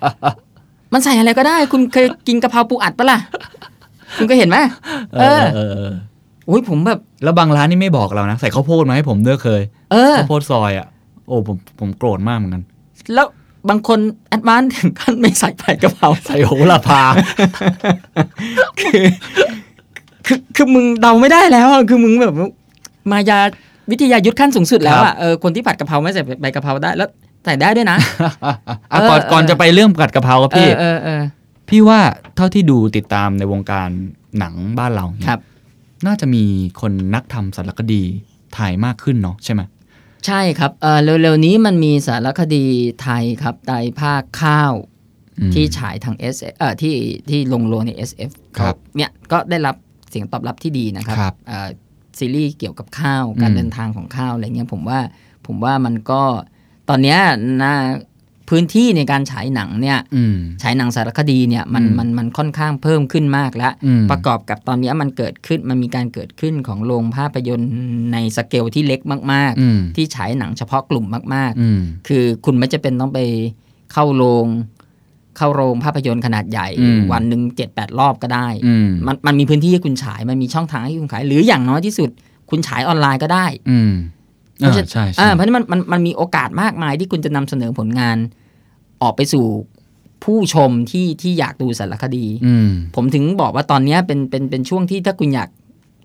C: มันใส่อะไรก็ได้ คุณเคยกินกะเพราปูอัดปะล่ะ คุณก็เห็นไหมเออ
B: เออเออ
C: โอ้ยผมแบบ
B: แล้วบางร้านนี่ไม่บอกเรานะ ใส่ข้าวโพดมาให้ผมด้วยเคย
C: เออ
B: ข้าวโพดซอยอ่ะโอ้ผมผมโกรธมากเหมือนกัน
C: แล้วบางคนแอดวานถึงขั้นไม่ใส่ผัดกะเพรา
B: ใส่โหระพา
C: คือคือคือมึงเดาไม่ได้แล้วอะคือมึงแบบมายาวิทยายุทธขั้นสูงสุดแล้ว
B: ครั
C: อ่ะ
B: บ
C: เออคนที่ผัดกะเพราไม่ใส่ใบกะเพราได้แล้วใส่ได้ด้วยนะ
B: อ่ะก่อน
C: เออ
B: ก่อนจะไปเรื่องกัดกะเพราครับ
C: เอ
B: พี่
C: อเออเออ
B: พี่ว่าเท่าที่ดูติดตามในวงการหนังบ้านเราเนี่ย
C: ครับ
B: น่าจะมีคนนักทำสารคดีถ่ายมากขึ้นเนาะใช่ไหม
C: ใช่ครับเออเร็วๆนี้มันมีสารคดีไทยครับไตรภาคข้าว
B: อืม
C: ที่ฉายทาง S เอ่อที่ที่ลงโรงใน SF
B: ครับ
C: เนี่ยก็ได้รับเสียงตอบรับที่ดีนะครับ
B: ครับ
C: เอ่อซีรีส์เกี่ยวกับข้าวการ
B: อืม
C: เดินทางของข้าวอะไรเงี้ยผมว่าผมว่ามันก็ตอนเนี้ยนาพื้นที่ในการฉายหนังเนี่ย
B: อืม
C: ฉายหนังสารคดีเนี่ยมัน
B: อืม
C: มันมันค่อนข้างเพิ่มขึ้นมากแล้ว
B: อืม
C: ประกอบกับตอนเนี้ยมันเกิดขึ้นมันมีการเกิดขึ้นของโรงภาพยนตร์ในสเกลที่เล็กมาก
B: อืม
C: ๆ ที่ฉายหนังเฉพาะกลุ่มมาก ๆ
B: อืม
C: คือคุณไม่จะเป็นต้องไปเข้าโรง เข้าโรงภาพยนตร์ขนาดใหญ่
B: อืม
C: วันหนึ่งเจ็ดแปดรอบก็ได้
B: อืม
C: มันมันมีพื้นที่ให้คุณฉายมันมีช่องทางให้คุณขาย หรืออย่างน้อยที่สุด คุณฉายออนไลน์ก็ได้
B: อืม
C: เพ
B: อ่า
C: ราะฉะนั้น
B: ใช่
C: อ่า
B: ใช่
C: เพราะฉะนั้นมันมันมันมีโอกาสมากมายที่คุณจะนำเสนอผลงาน ออกไปสู่ผู้ชมที่ที่อยากดูสารคดี
B: อืม
C: ผมถึงบอกว่าตอนเนี้ยเป็นเป็นเป็นช่วงที่ถ้าคุณอยาก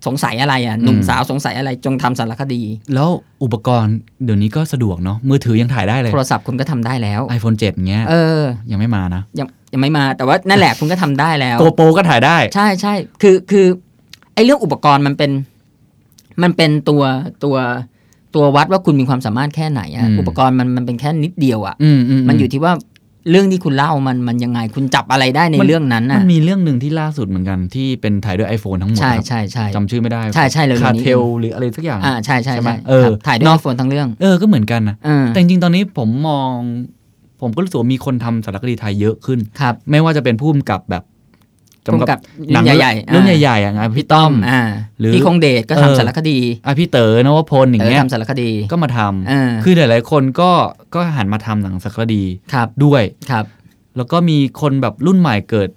C: สงสัยอะไรอ่ะหนุ่ม
B: อืม
C: สาวสงสัยอะไรจงทำสารคดี
B: แล้วอุปกรณ์เดี๋ยวนี้ก็สะดวกเนาะมือถือยังถ่ายได้เลย
C: โทรศัพท์คุณก็ทำได้แล้ว
B: iPhone 7เงี้ย
C: เออ
B: ยังไม่มานะ
C: ยังยังไม่มาแต่ว่านั่นแหละคุณก็ทำได้แล้ว
B: โกโปรก็ถ่ายได้
C: ใช่ใช่คือคือไอ้เรื่องอุปกรณ์มันเป็น มันเป็นตัวตัวตัววัดว่าคุณมีความสามารถแค่ไหนอะ
B: อืม
C: อุปกรณ์มันมันเป็นแค่นิดเดียวอะ
B: อืมอื
C: มันอยู่ที่ว่าเรื่องที่คุณเล่ามันมันยังไงคุณจับอะไรได้ในเรื่องนั้น
B: มั
C: น่ะ
B: นมีเรื่องหนึ่งที่ล่าสุดเหมือนกันที่เป็นถ่ายด้วย iPhone ทั้งหมด
C: ใช่
B: ครับ
C: ใช่ใช่
B: จำชื่อไม่ได้
C: ใช่ใช่เร็วๆนี้
B: คาเทลหรืออะไรสักอย่าง
C: อ่าใช่ใช่
B: ใช่ไหม
C: ใช่
B: เออ
C: ครับถ่ายด้
B: เน
C: วย
B: อะ
C: โฟนทั้งเรื่อง
B: เออก็เหมือนกันนะ
C: เออ
B: แต่จริงๆ ตอนนี้ผมมอง ผมก็รู้สึกว่ามีคนทำสารคดีไทยเยอะขึ้น
C: ครับ
B: ไม่ว่าจะเป็นผู้กำกับแบบ
C: ร่วมกับ
B: ห
C: ห
B: นั
C: นั
B: ง
C: งใหญ่ๆ
B: รุ่น
C: อ่า
B: ใหญ่ๆอ่ะไงพี่ต้อม
C: อ่า
B: หรือ
C: พี่คงเดชก็
B: เออ
C: ทำสารคดี
B: อ่ะพี่เต๋อนวพลอย่าง
C: เออ
B: เงี้ย
C: ทำสารคดี
B: ก็มาทำ
C: เออ
B: คือหลายๆ คนก็ก็หันมาทำหนังสารคดี
C: ครับ
B: ด้วย
C: ครับ
B: แล้วก็มีคนแบบรุ่นใหม่เกิด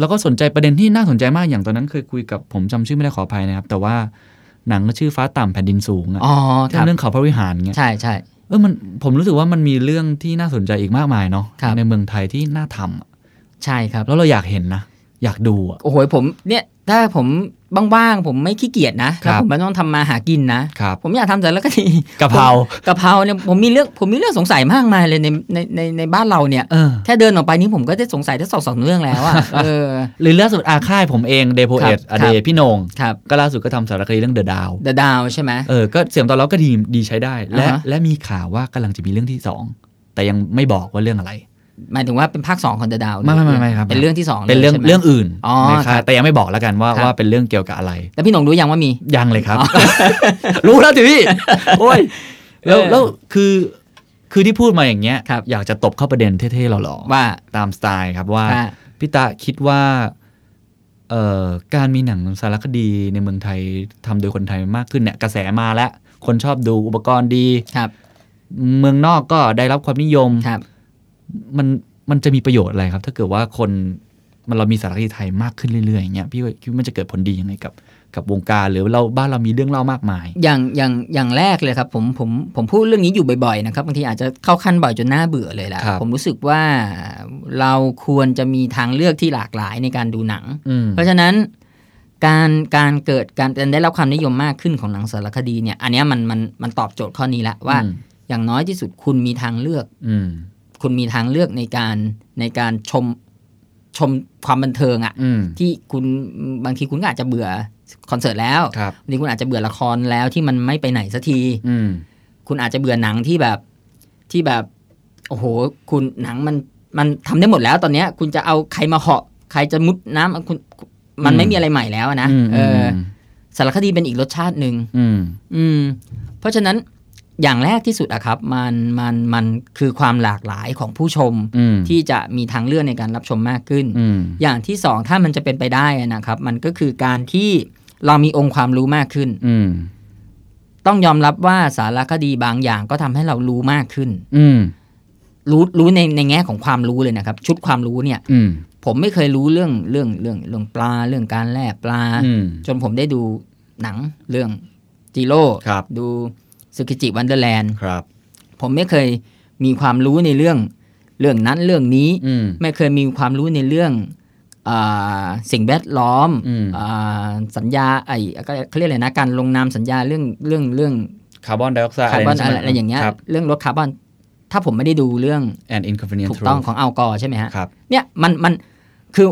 B: แล้วก็สนใจประเด็นที่น่าสนใจมากอย่างตอนนั้นเคยคุยกับผมจำชื่อไม่ได้ขออภัยนะครับ แต่ว่าหนังก็ชื่อฟ้าต่ำแผ่นดินสูงอะ
C: อ๋อค
B: ที่
C: รับ
B: เรื่องเขาพระวิหารเงี้ย
C: ใช่ใช่
B: เออมันผมรู้สึกว่ามันมีเรื่องที่น่าสนใจอีกมากมายเนาะ
C: ครับ
B: ในเมืองไทยที่น่าทำอะ
C: ใช่ครับ
B: แล้วเราอยากเห็นนะ อยากดูอะ
C: โอ้โหผมเนี่ยถ้าผมบ้างๆผมไม่ขี้เกียจนะ
B: ครั
C: ถ้า
B: บ
C: ผมไม่ต้องทำมาหากินนะ
B: ครับ
C: ผมอยากทำสารคดี
B: กะเพรา
C: ผมกะเพราเนี่ยผมมีเรื่องผมมีเรื่องสงสัยมากมายเลยในในในในบ้านเราเนี่ย
B: เออ
C: แค่เดินออกไปนี้ผมก็ได้สงสัยทั้งสองสามเรื่องแล้ว อะเออ
B: หรือล่าสุดอาค่ายผมเองเดโพเอต
C: ครับ
B: อเด
C: ครับ
B: พี่โหนง
C: ครับ
B: ก็ล่าสุดก็ทำสารคดีเรื่องเดอะดาว
C: เดอะดาวใช่ไหม
B: เออก็เสียงตอนรับก็ดีดีใช้ได้ และ
C: อ่าฮะ
B: และมีข่าวว่ากำลังจะมีเรื่องที่สองแต่ยังไม่บอกว่าเรื่องอะไร
C: หมายถึงว่าเป็นภาคสองของเดอะดาว
B: ไม่ไม่ไม่ไม่ครับ
C: เป็นเรื่องที่สองลย
B: เป็นเรื่อง
C: ใช่ไหม
B: เรื่องอื่น
C: อ๋อ
B: นะครับ
C: ครับ
B: แต่ยังไม่บอกแล้วกันว่า
C: ครับ
B: ว่าเป็นเรื่องเกี่ยวกับอะไร
C: แล้วพี่หนงรู้ยังว่ามี
B: ยังเลยครับ รู้แล้วสิพี่ โอ้ยแล้ว
C: เออ
B: แล้วคือคือที่พูดมาอย่างเงี้ย
C: ครับ
B: อยากจะตบเข้าประเด็นเท่ๆหล่อ
C: ว่า
B: ๆตามสไตล์ครับว่า
C: ว่า
B: พี่ตาคิดว่าเอ่อการมีหนังสารคดีในเมืองไทยทำโดยคนไทยมากขึ้นเนี่ยกระแสมาแล้ว คนชอบดูอุปกรณ์ดี
C: ครับ
B: เมืองนอกก็ได้รับความนิยม
C: ครับ
B: มันมันจะมีประโยชน์อะไรครับ ถ้าเกิดว่าคนมันเรามีสารคดีไทยมากขึ้นเรื่อยๆอย่างเงี้ยพี่ว่าคิดว่ามันจะเกิดผลดียังไงกับ กับวงการ หรือเราบ้านเรามีเรื่องเล่ามากมาย
C: อย่างอย่างอย่างแรกเลยครับผมผมผมพูดเรื่องนี้อยู่บ่อยๆนะครับบางทีอาจจะเข้าขั้นบ่อยจนน่าเบื่อเลยแหละ
B: ครับ
C: ผมรู้สึกว่าเราควรจะมีทางเลือกที่หลากหลายในการดูหนัง
B: อืม
C: เพราะฉะนั้นการการเกิดการการได้รับความนิยมมากขึ้นของหนังสารคดีเนี่ยอันเนี้ยมันมันมันตอบโจทย์ข้อนี้ละว่า
B: อืม
C: อย่างน้อยที่สุดคุณมีทางเลือก
B: อืม
C: คุณมีทางเลือกในการในการชมชมความบันเทิงอะ
B: อืม
C: ที่คุณบางทีคุณก็อาจจะเบื่อคอนเสิร์ตแล้ว
B: ครับ
C: บางทีคุณอาจจะเบื่อละครแล้วที่มันไม่ไปไหนสักที
B: อืม
C: คุณอาจจะเบื่อหนังที่แบบที่แบบ โอ้โห คุณหนังมันมันทำได้หมดแล้วตอนเนี้ย คุณจะเอาใครมาเหาะใครจะมุดน้ำคุณมันไม่มีอะไรใหม่แล้วอะนะ
B: อืม
C: เอออ
B: ม
C: สารคดีเป็นอีกรสชาติหนึ่ง
B: อืม
C: อืม เพราะฉะนั้นอย่างแรกที่สุดอะครับ มันมันมันคือความหลากหลายของผู้ชม
B: อืม
C: ที่จะมีทางเลือกในการรับชมมากขึ้น
B: อืม
C: อย่างที่สองถ้ามันจะเป็นไปได้อะนะครับ มันก็คือการที่เรามีองค์ความรู้มากขึ้น
B: อืม
C: ต้องยอมรับว่าสารคดีบางอย่างก็ทำให้เรารู้มากขึ้น
B: อืม
C: รู้รู้ในในแง่ของความรู้เลยนะครับ ชุดความรู้เนี่ย
B: อืม
C: ผมไม่เคยรู้เรื่องเรื่องเรื่องเรื่องปลาเรื่องการแล่ปลา
B: อืม
C: จนผมได้ดูหนังเรื่องจิโร่
B: ครับ
C: ดูสึกิจิวันเดอร์แลนด์
B: ครับ
C: ผมไม่เคยมีความรู้ในเรื่องเรื่องนั้นเรื่องนี้
B: อืม
C: ไม่เคยมีความรู้ในเรื่องอาสิ่งแวดล้อม
B: อืม
C: อาสัญญาไอ้ก็เขาเรียกอะไรนะการลงนามสัญญาเรื่องเรื่องเรื่อง
B: คาร์บอนไดออกไซด์
C: คาร์บอน
B: ใช่
C: อะ
B: หม
C: ไรอะไรอย่างเงี้ย
B: ครับ
C: เรื่องลดคาร์บอนถ้าผมไม่ได้ดูเรื่อง
B: and inconvenient
C: ถูกต้อง
B: truth
C: ของอัลกอร์ใช่ไหมฮะ
B: ครับ
C: เนี่ยมันมันคือ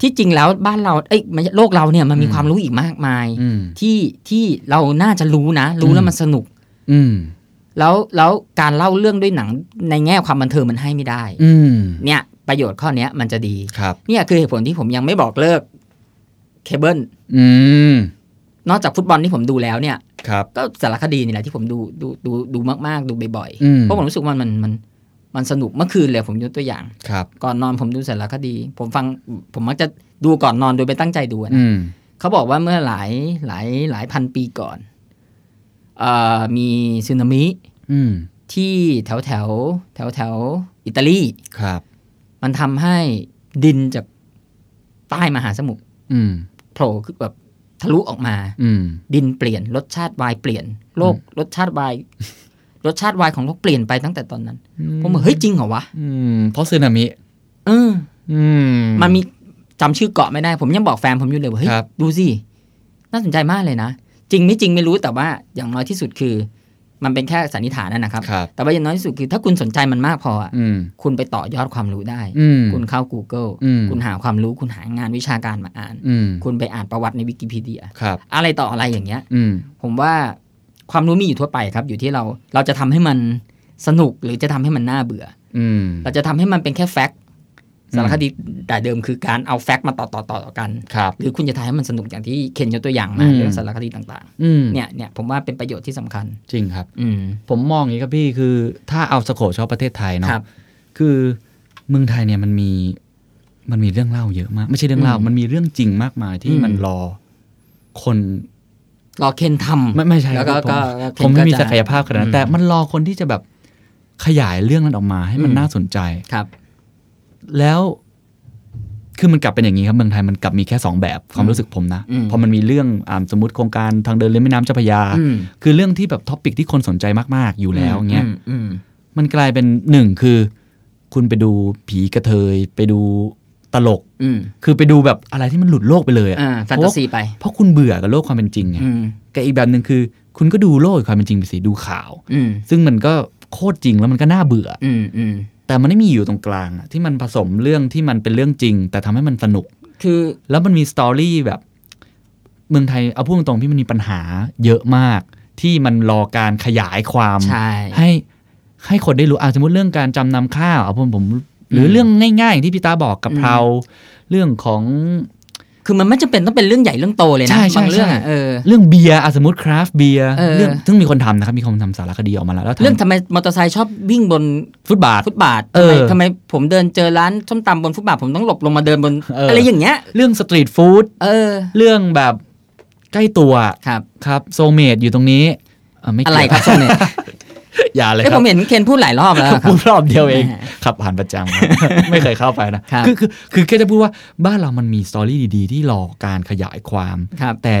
C: ที่จริงแล้วบ้านเราเอ้ยไม่ใช่โลกเราเนี่ยมันมี
B: อืม
C: ความรู้อีกมากมาย
B: อืม
C: ที่ที่เราน่าจะรู้นะ รู้แล้วมันสนุก
B: อืม
C: แล้วแล้วการเล่าเรื่องด้วยหนังในแง่ความบันเทิงมันให้ไม่ได้
B: อืม
C: เนี่ย ประโยชน์ข้อเนี้ยมันจะดี
B: ครับ
C: เนี่ยคือเหตุผลที่ผมยังไม่บอกเลิกเคเบิล
B: อืม
C: นอกจากฟุตบอลที่ผมดูแล้วเนี่ย
B: ครับ
C: ก็สารคดีนี่แหละที่ผมดูดูดูดูมากๆ ดูบ่อย
B: อืม
C: ๆเพราะผมรู้สึกว่ามันมันมันสนุกเมื่อคืนเลยผมยกตัวอย่าง
B: ครับ
C: ก่อนนอนผมดูสารคดี ผมฟังผมมักจะดูก่อนนอนโดยไม่ตั้งใจดูอะ
B: อื
C: นะ
B: ม
C: เขาบอกว่าเมื่อหลายหลายหลายพันปีก่อนเออมีสึนามิ
B: อืม
C: ที่แถวแถวแถวแถวอิตาลี
B: ครับ
C: มันทำให้ดินจากใต้มหาสมุทร
B: อืม
C: โผล่ขึ้นแบบทะลุออกมา
B: อืม
C: ดินเปลี่ยน รสชาติวายเปลี่ยน โลกรสชาติวายรสชาติวายของโลกเปลี่ยนไปตั้งแต่ตอนนั้น ผมบอกเฮ้ยจริงเหรอวะ
B: อืม เพราะสึนามิ
C: เออ
B: อืม
C: มันมีจำชื่อเกาะไม่ได้ ผมยังบอกแฟนผมอยู่เลยว่าเฮ้ย
B: ครับ
C: ดูสิ น่าสนใจมากเลยนะ จริงไม่จริงไม่รู้แต่ว่าอย่างน้อยที่สุดคือ มันเป็นแค่สันนิษฐานนะนะครับ
B: ครับ
C: แต่ว่าอย่างน้อยที่สุดคือ ถ้าคุณสนใจมันมากพออะ
B: อืม
C: คุณไปต่อยอดความรู้ได้
B: อืม
C: คุณเข้า Google
B: อืม
C: คุณหาความรู้คุณหางานวิชาการมาอ่าน
B: อืม
C: คุณไปอ่านประวัติในวิกิพีเดีย
B: ครับ
C: อะไรต่ออะไรอย่างเงี้ย
B: อืม
C: ผมว่าความรู้มีอยู่ทั่วไปครับ อยู่ที่เราเราจะทำให้มันสนุกหรือจะทำให้มันน่าเบื่อ
B: อืม
C: เราจะทำให้มันเป็นแค่แฟกต์สารคดีแต่เดิมคือการเอาแฟกต์มาต่อต่อต่อต่อกัน
B: ครับ
C: หรือคุณจะทายให้มันสนุกอย่างที่เคนยกตัวอย่างมา
B: อืม
C: เรื่องสารคดีต่าง
B: อืม
C: ๆ เนี่ยเนี่ยผมว่าเป็นประโยชน์ที่สำคัญ
B: จริงครับ
C: อืม
B: ผมมองอย่างนี้ครับพี่คือถ้าเอาสโคปเฉพาะประเทศไทยเนาะ
C: ครับ
B: คือเมืองไทยเนี่ยมันมีมันมีเรื่องเล่าเยอะมาก ไม่ใช่เรื่องเล่า
C: อืม
B: มันมีเรื่องจริงมากมายที่
C: อืม
B: มันรอคน
C: รอเคนทำ
B: ไม่ไม่ใช่
C: แล้วก็
B: ผม
C: ก็ก็
B: ผมไม่มี
C: เคนก็จะ
B: ศักยภาพขนาดนั้
C: อื
B: น
C: ม
B: แต่มันรอคนที่จะแบบขยายเรื่องนั้นออกมาให้มัน
C: อืม
B: น่าสนใจ
C: ครับ
B: แล้วคือมันกลับเป็นอย่างนี้ครับเมืองไทยมันกลับมีแค่สองแบบความรู้สึกผมนะ
C: อืม
B: พอมันมีเรื่องอ่าสมมติโครงการทางเดินเลียนแม่น้ำเจ้าพระยา
C: อืม
B: คือเรื่องที่แบบท็อปิกที่คนสนใจมากๆอยู่แล้วเงี้ย
C: อืมอืม
B: มันกลายเป็นหนึ่งคือ คุณไปดูผีกระเทย ไปดูตลก
C: อืม
B: คือไปดูแบบอะไรที่มันหลุดโลกไปเลย
C: อ่า
B: อะ่ะ
C: แฟนตาซีไป
B: เพราะคุณเบื่อกับโลกความเป็นจริงไง
C: อืม
B: กับอีกแบบหนึ่งคือ คุณก็ดูโลกความเป็นจริงไปสิดูข่าว
C: อืม
B: ซึ่งมันก็โคตรจริงแล้วมันก็น่าเบื่อ
C: อืมอืม
B: แต่มันไม่มีอยู่ตรงกลางอะที่มันผสมเรื่องที่มันเป็นเรื่องจริง แต่ทำให้มันสนุก
C: คือ
B: แล้วมันมีสตอรี่แบบ เมืองไทยเอาพูดตรงๆพี่มันมีปัญหาเยอะมาก ที่มันรอการขยายความ
C: ใช่
B: ให้ให้คนได้รู้อาสมมติเรื่องการจำนำข้าวเอาผมผม หรือเรื่องง่ายๆอย่างที่พี่ตาบอกกับเพราเรื่องของ
C: คือมันไม่จำเป็นต้องเป็นเรื่องใหญ่เรื่องโตเลยนะ
B: ใช่ใช่
C: บางเรื่องอะ
B: ใช่
C: เออ
B: เรื่องเบียร์อาสมมติคราฟเบียร์
C: เออ
B: เรื่องซึ่งมีคนทำนะครับ มีคนทำสารคดีออกมาแล้วแล้วทำ
C: เรื่องทำไมมอเตอร์ไซค์ชอบวิ่งบน
B: ฟุตบาท
C: ฟุตบาท
B: เอ
C: ทำไม
B: อ
C: ทำไมผมเดินเจอร้านส้มตำบนฟุตบาทผมต้องหลบลงมาเดินบน
B: เอออ
C: อะไรอย่างเงี้ย
B: เรื่องสตรีทฟู้ด
C: เออ
B: เรื่องแบบใกล้ตัว
C: ครับ
B: ครับโซเมดอยู่ตรงนี้เไม่
C: อะ
B: เกี่ยว
C: ไรครับส้มเนี่ย
B: อย่าเลย
C: เอ้ย
B: ค
C: ผ
B: รับ
C: มเห็นเคนพูดหลายรอบแล้วครับ
B: พูดรอบเดียวเอง
C: อ่า
B: ขับผ่านประจำ ไม่เคยเข้าไปนะครับ คือคือคือแค่จะพูดว่าบ้านเรามันมีสตอรี่ดีๆ ที่รอการขยายความ
C: ครับ
B: แต่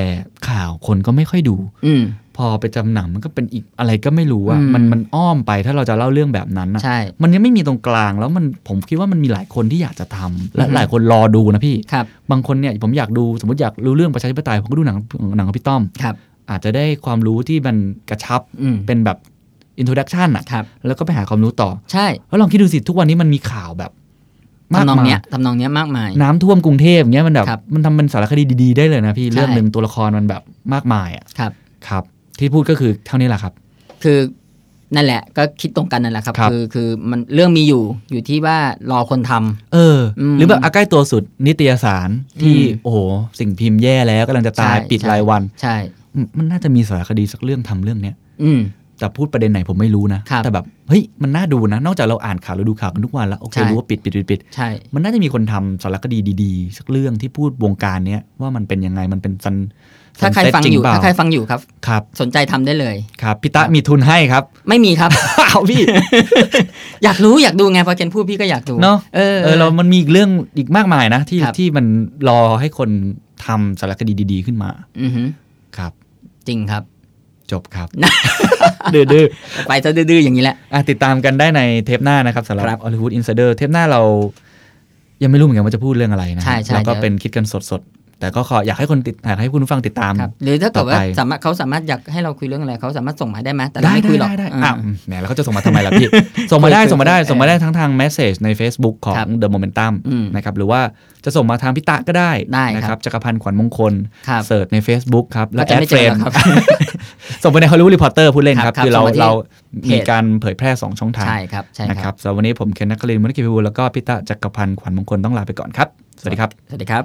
B: ข่าวคนก็ไม่ค่อยดู
C: อืม
B: พอไปจำหนังมันก็เป็นอีกอะไรก็ไม่รู้อะ
C: อืม
B: มันมันอ้อมไปถ้าเราจะเล่าเรื่องแบบนั้นอะ
C: ใช่
B: มันยังไม่มีตรงกลางแล้วมันผมคิดว่ามันมีหลายคนที่อยากจะทำและ
C: อือฮึ
B: หลายคนรอดูนะพี่
C: ครับ
B: บางคนเนี่ยผมอยากดูสมมติอยากรู้เรื่องประชาธิปไตยผมก็ดูหนังหนังของพี่ต้อม
C: ครับ
B: อาจจะได้ความรู้ที่มันกระชับ
C: อืม
B: เป็นแบบอินโทรดักชันอะ
C: ครับ
B: แล้วก็ไปหาความรู้ต่อ
C: ใช่
B: แล้วลองคิดดูสิ ทุกวันนี้มันมีข่าวแบบมาก
C: ทำนอง
B: มาย
C: เนี้ยทำนองเนี้ยมากมาย
B: น้ำท่วมกรุงเทพอย่างเงี้ยมันแบบ
C: ครับ
B: มันทำเป็นสารคดีดีๆได้เลยนะพี่
C: ใช่
B: เรื่องหนึ่งตัวละครมันแบบมากมายอ่ะ
C: ครับ
B: ครับ ที่พูดก็คือเท่านี้แหละครับ
C: คือนั่นแหละก็คิดตรงกันนั่นแหละครับ
B: ครับ
C: คือคือมันเรื่องมีอยู่อยู่ที่ว่ารอคนทำ
B: เอออ
C: ม
B: หรือแบบอาใกล้ตัวสุดนิตยสารที่
C: อืม
B: โอ้โหสิ่งพิมพ์แย่แล้วกำลังจะตาย
C: ใช่
B: ปิด
C: ใช่
B: รายวัน
C: ใช่
B: มันน่าจะมีสารคดีสักเรื่องทำเรื่องเนี้ย
C: อืม
B: แต่พูดประเด็นไหนผมไม่รู้นะ
C: ครับ
B: แต่แบบเฮ้ยมันน่าดูนะ นอกจากเราอ่านข่าวเราดูข่าวกันทุกวันแล้วโอเค
C: ใช่
B: รู้ว่าปิดปิดปิดปิด
C: ใช่
B: มันน่าจะมีคนทำสารคดีดีๆ สักเรื่องที่พูดวงการเนี้ยว่ามันเป็นยังไงมันเป็นซัน
C: ถ้าใคร
B: ซันเซ็ต
C: ฟัง
B: จ
C: อยู่
B: เปล่
C: ถ้าใครฟังอยู่ครับ
B: ครับ
C: สนใจทำได้เลย
B: ครับพี่ตะมีทุนให้ครับ
C: ไม่มีครับ
B: เอาพี่
C: อยากรู้อยากดูไงพอเคนพูดพี่ก็อยากดู
B: เนาะ
C: เออ
B: เออเรามันมีอีกเรื่องอีกมากมายนะ ที่
C: ครับ
B: ที่มันรอให้คนทำสารคดีดีๆ ขึ้นมา
C: อือหือ
B: ครับ
C: จริงครับ
B: จบครับ
C: นะ
B: ดื้อ
C: ไปจะดื้อๆอย่างนี้แหละ
B: ๆอ่ะติดตามกันได้ในเทปหน้านะครับสำหรับ
C: ครับ
B: Hollywood Insider เทปหน้าเรา ยังไม่รู้เหมือนกันว่าจะพูดเรื่องอะไรนะ
C: ใช่ใช่
B: แล้วก็
C: เดี๋ยว
B: เป็นคิดกันสดๆแต่ก็ขออยากให้คนติดอยากให้คุณผู้ฟังติดตาม
C: ครับ หรือถ้าเกิดว่า
B: ต่อไป
C: สามารถเขาสามารถอยากให้เราคุยเรื่องอะไรเขาสามารถส่งมาได้ไหมแต่เรา
B: ได้
C: ไม่คุยหรอก
B: ได้ได้
C: เอออ
B: อ้าวแหมแล้วเขาจะส่งมาทำไมล่ะ พี่ ส่งมาได้ส่งมาได้ส่งมาได้ทั้งทาง Message ใน Facebook ของ
C: ครับ
B: The Momentum
C: อืม
B: นะครับหรือว่าจะส่งมาทางพิตะก็ได้
C: ได้ครับ
B: นะครับจักรพันธ์ขวัญมงคล
C: ครับ
B: เสิร์ชใน Facebook ครับและ
C: ก็
B: แอ
C: จะ
B: ด
C: ไม่เจ
B: เฟร
C: อ
B: ม
C: แล้วครับ
B: ส่งไปใน Hollywood Reporter พูดเล่นครับ
C: ครับ
B: คือเรา
C: ส่งมาที่
B: เรา
C: เพจ
B: มีการเผยแพร่ 2 ช่องทาง
C: ใช่ครับใช่
B: นะ
C: ค
B: ค
C: รั
B: รับ บสำหรับวันนี้ผมเคนนักลินมุนกิจพิบูลแล้วก็พิตะจักรพันธ์ขวัญมงคลต้องลาไปก่อนครับสวัสดีครับ
C: สวัสดีครับ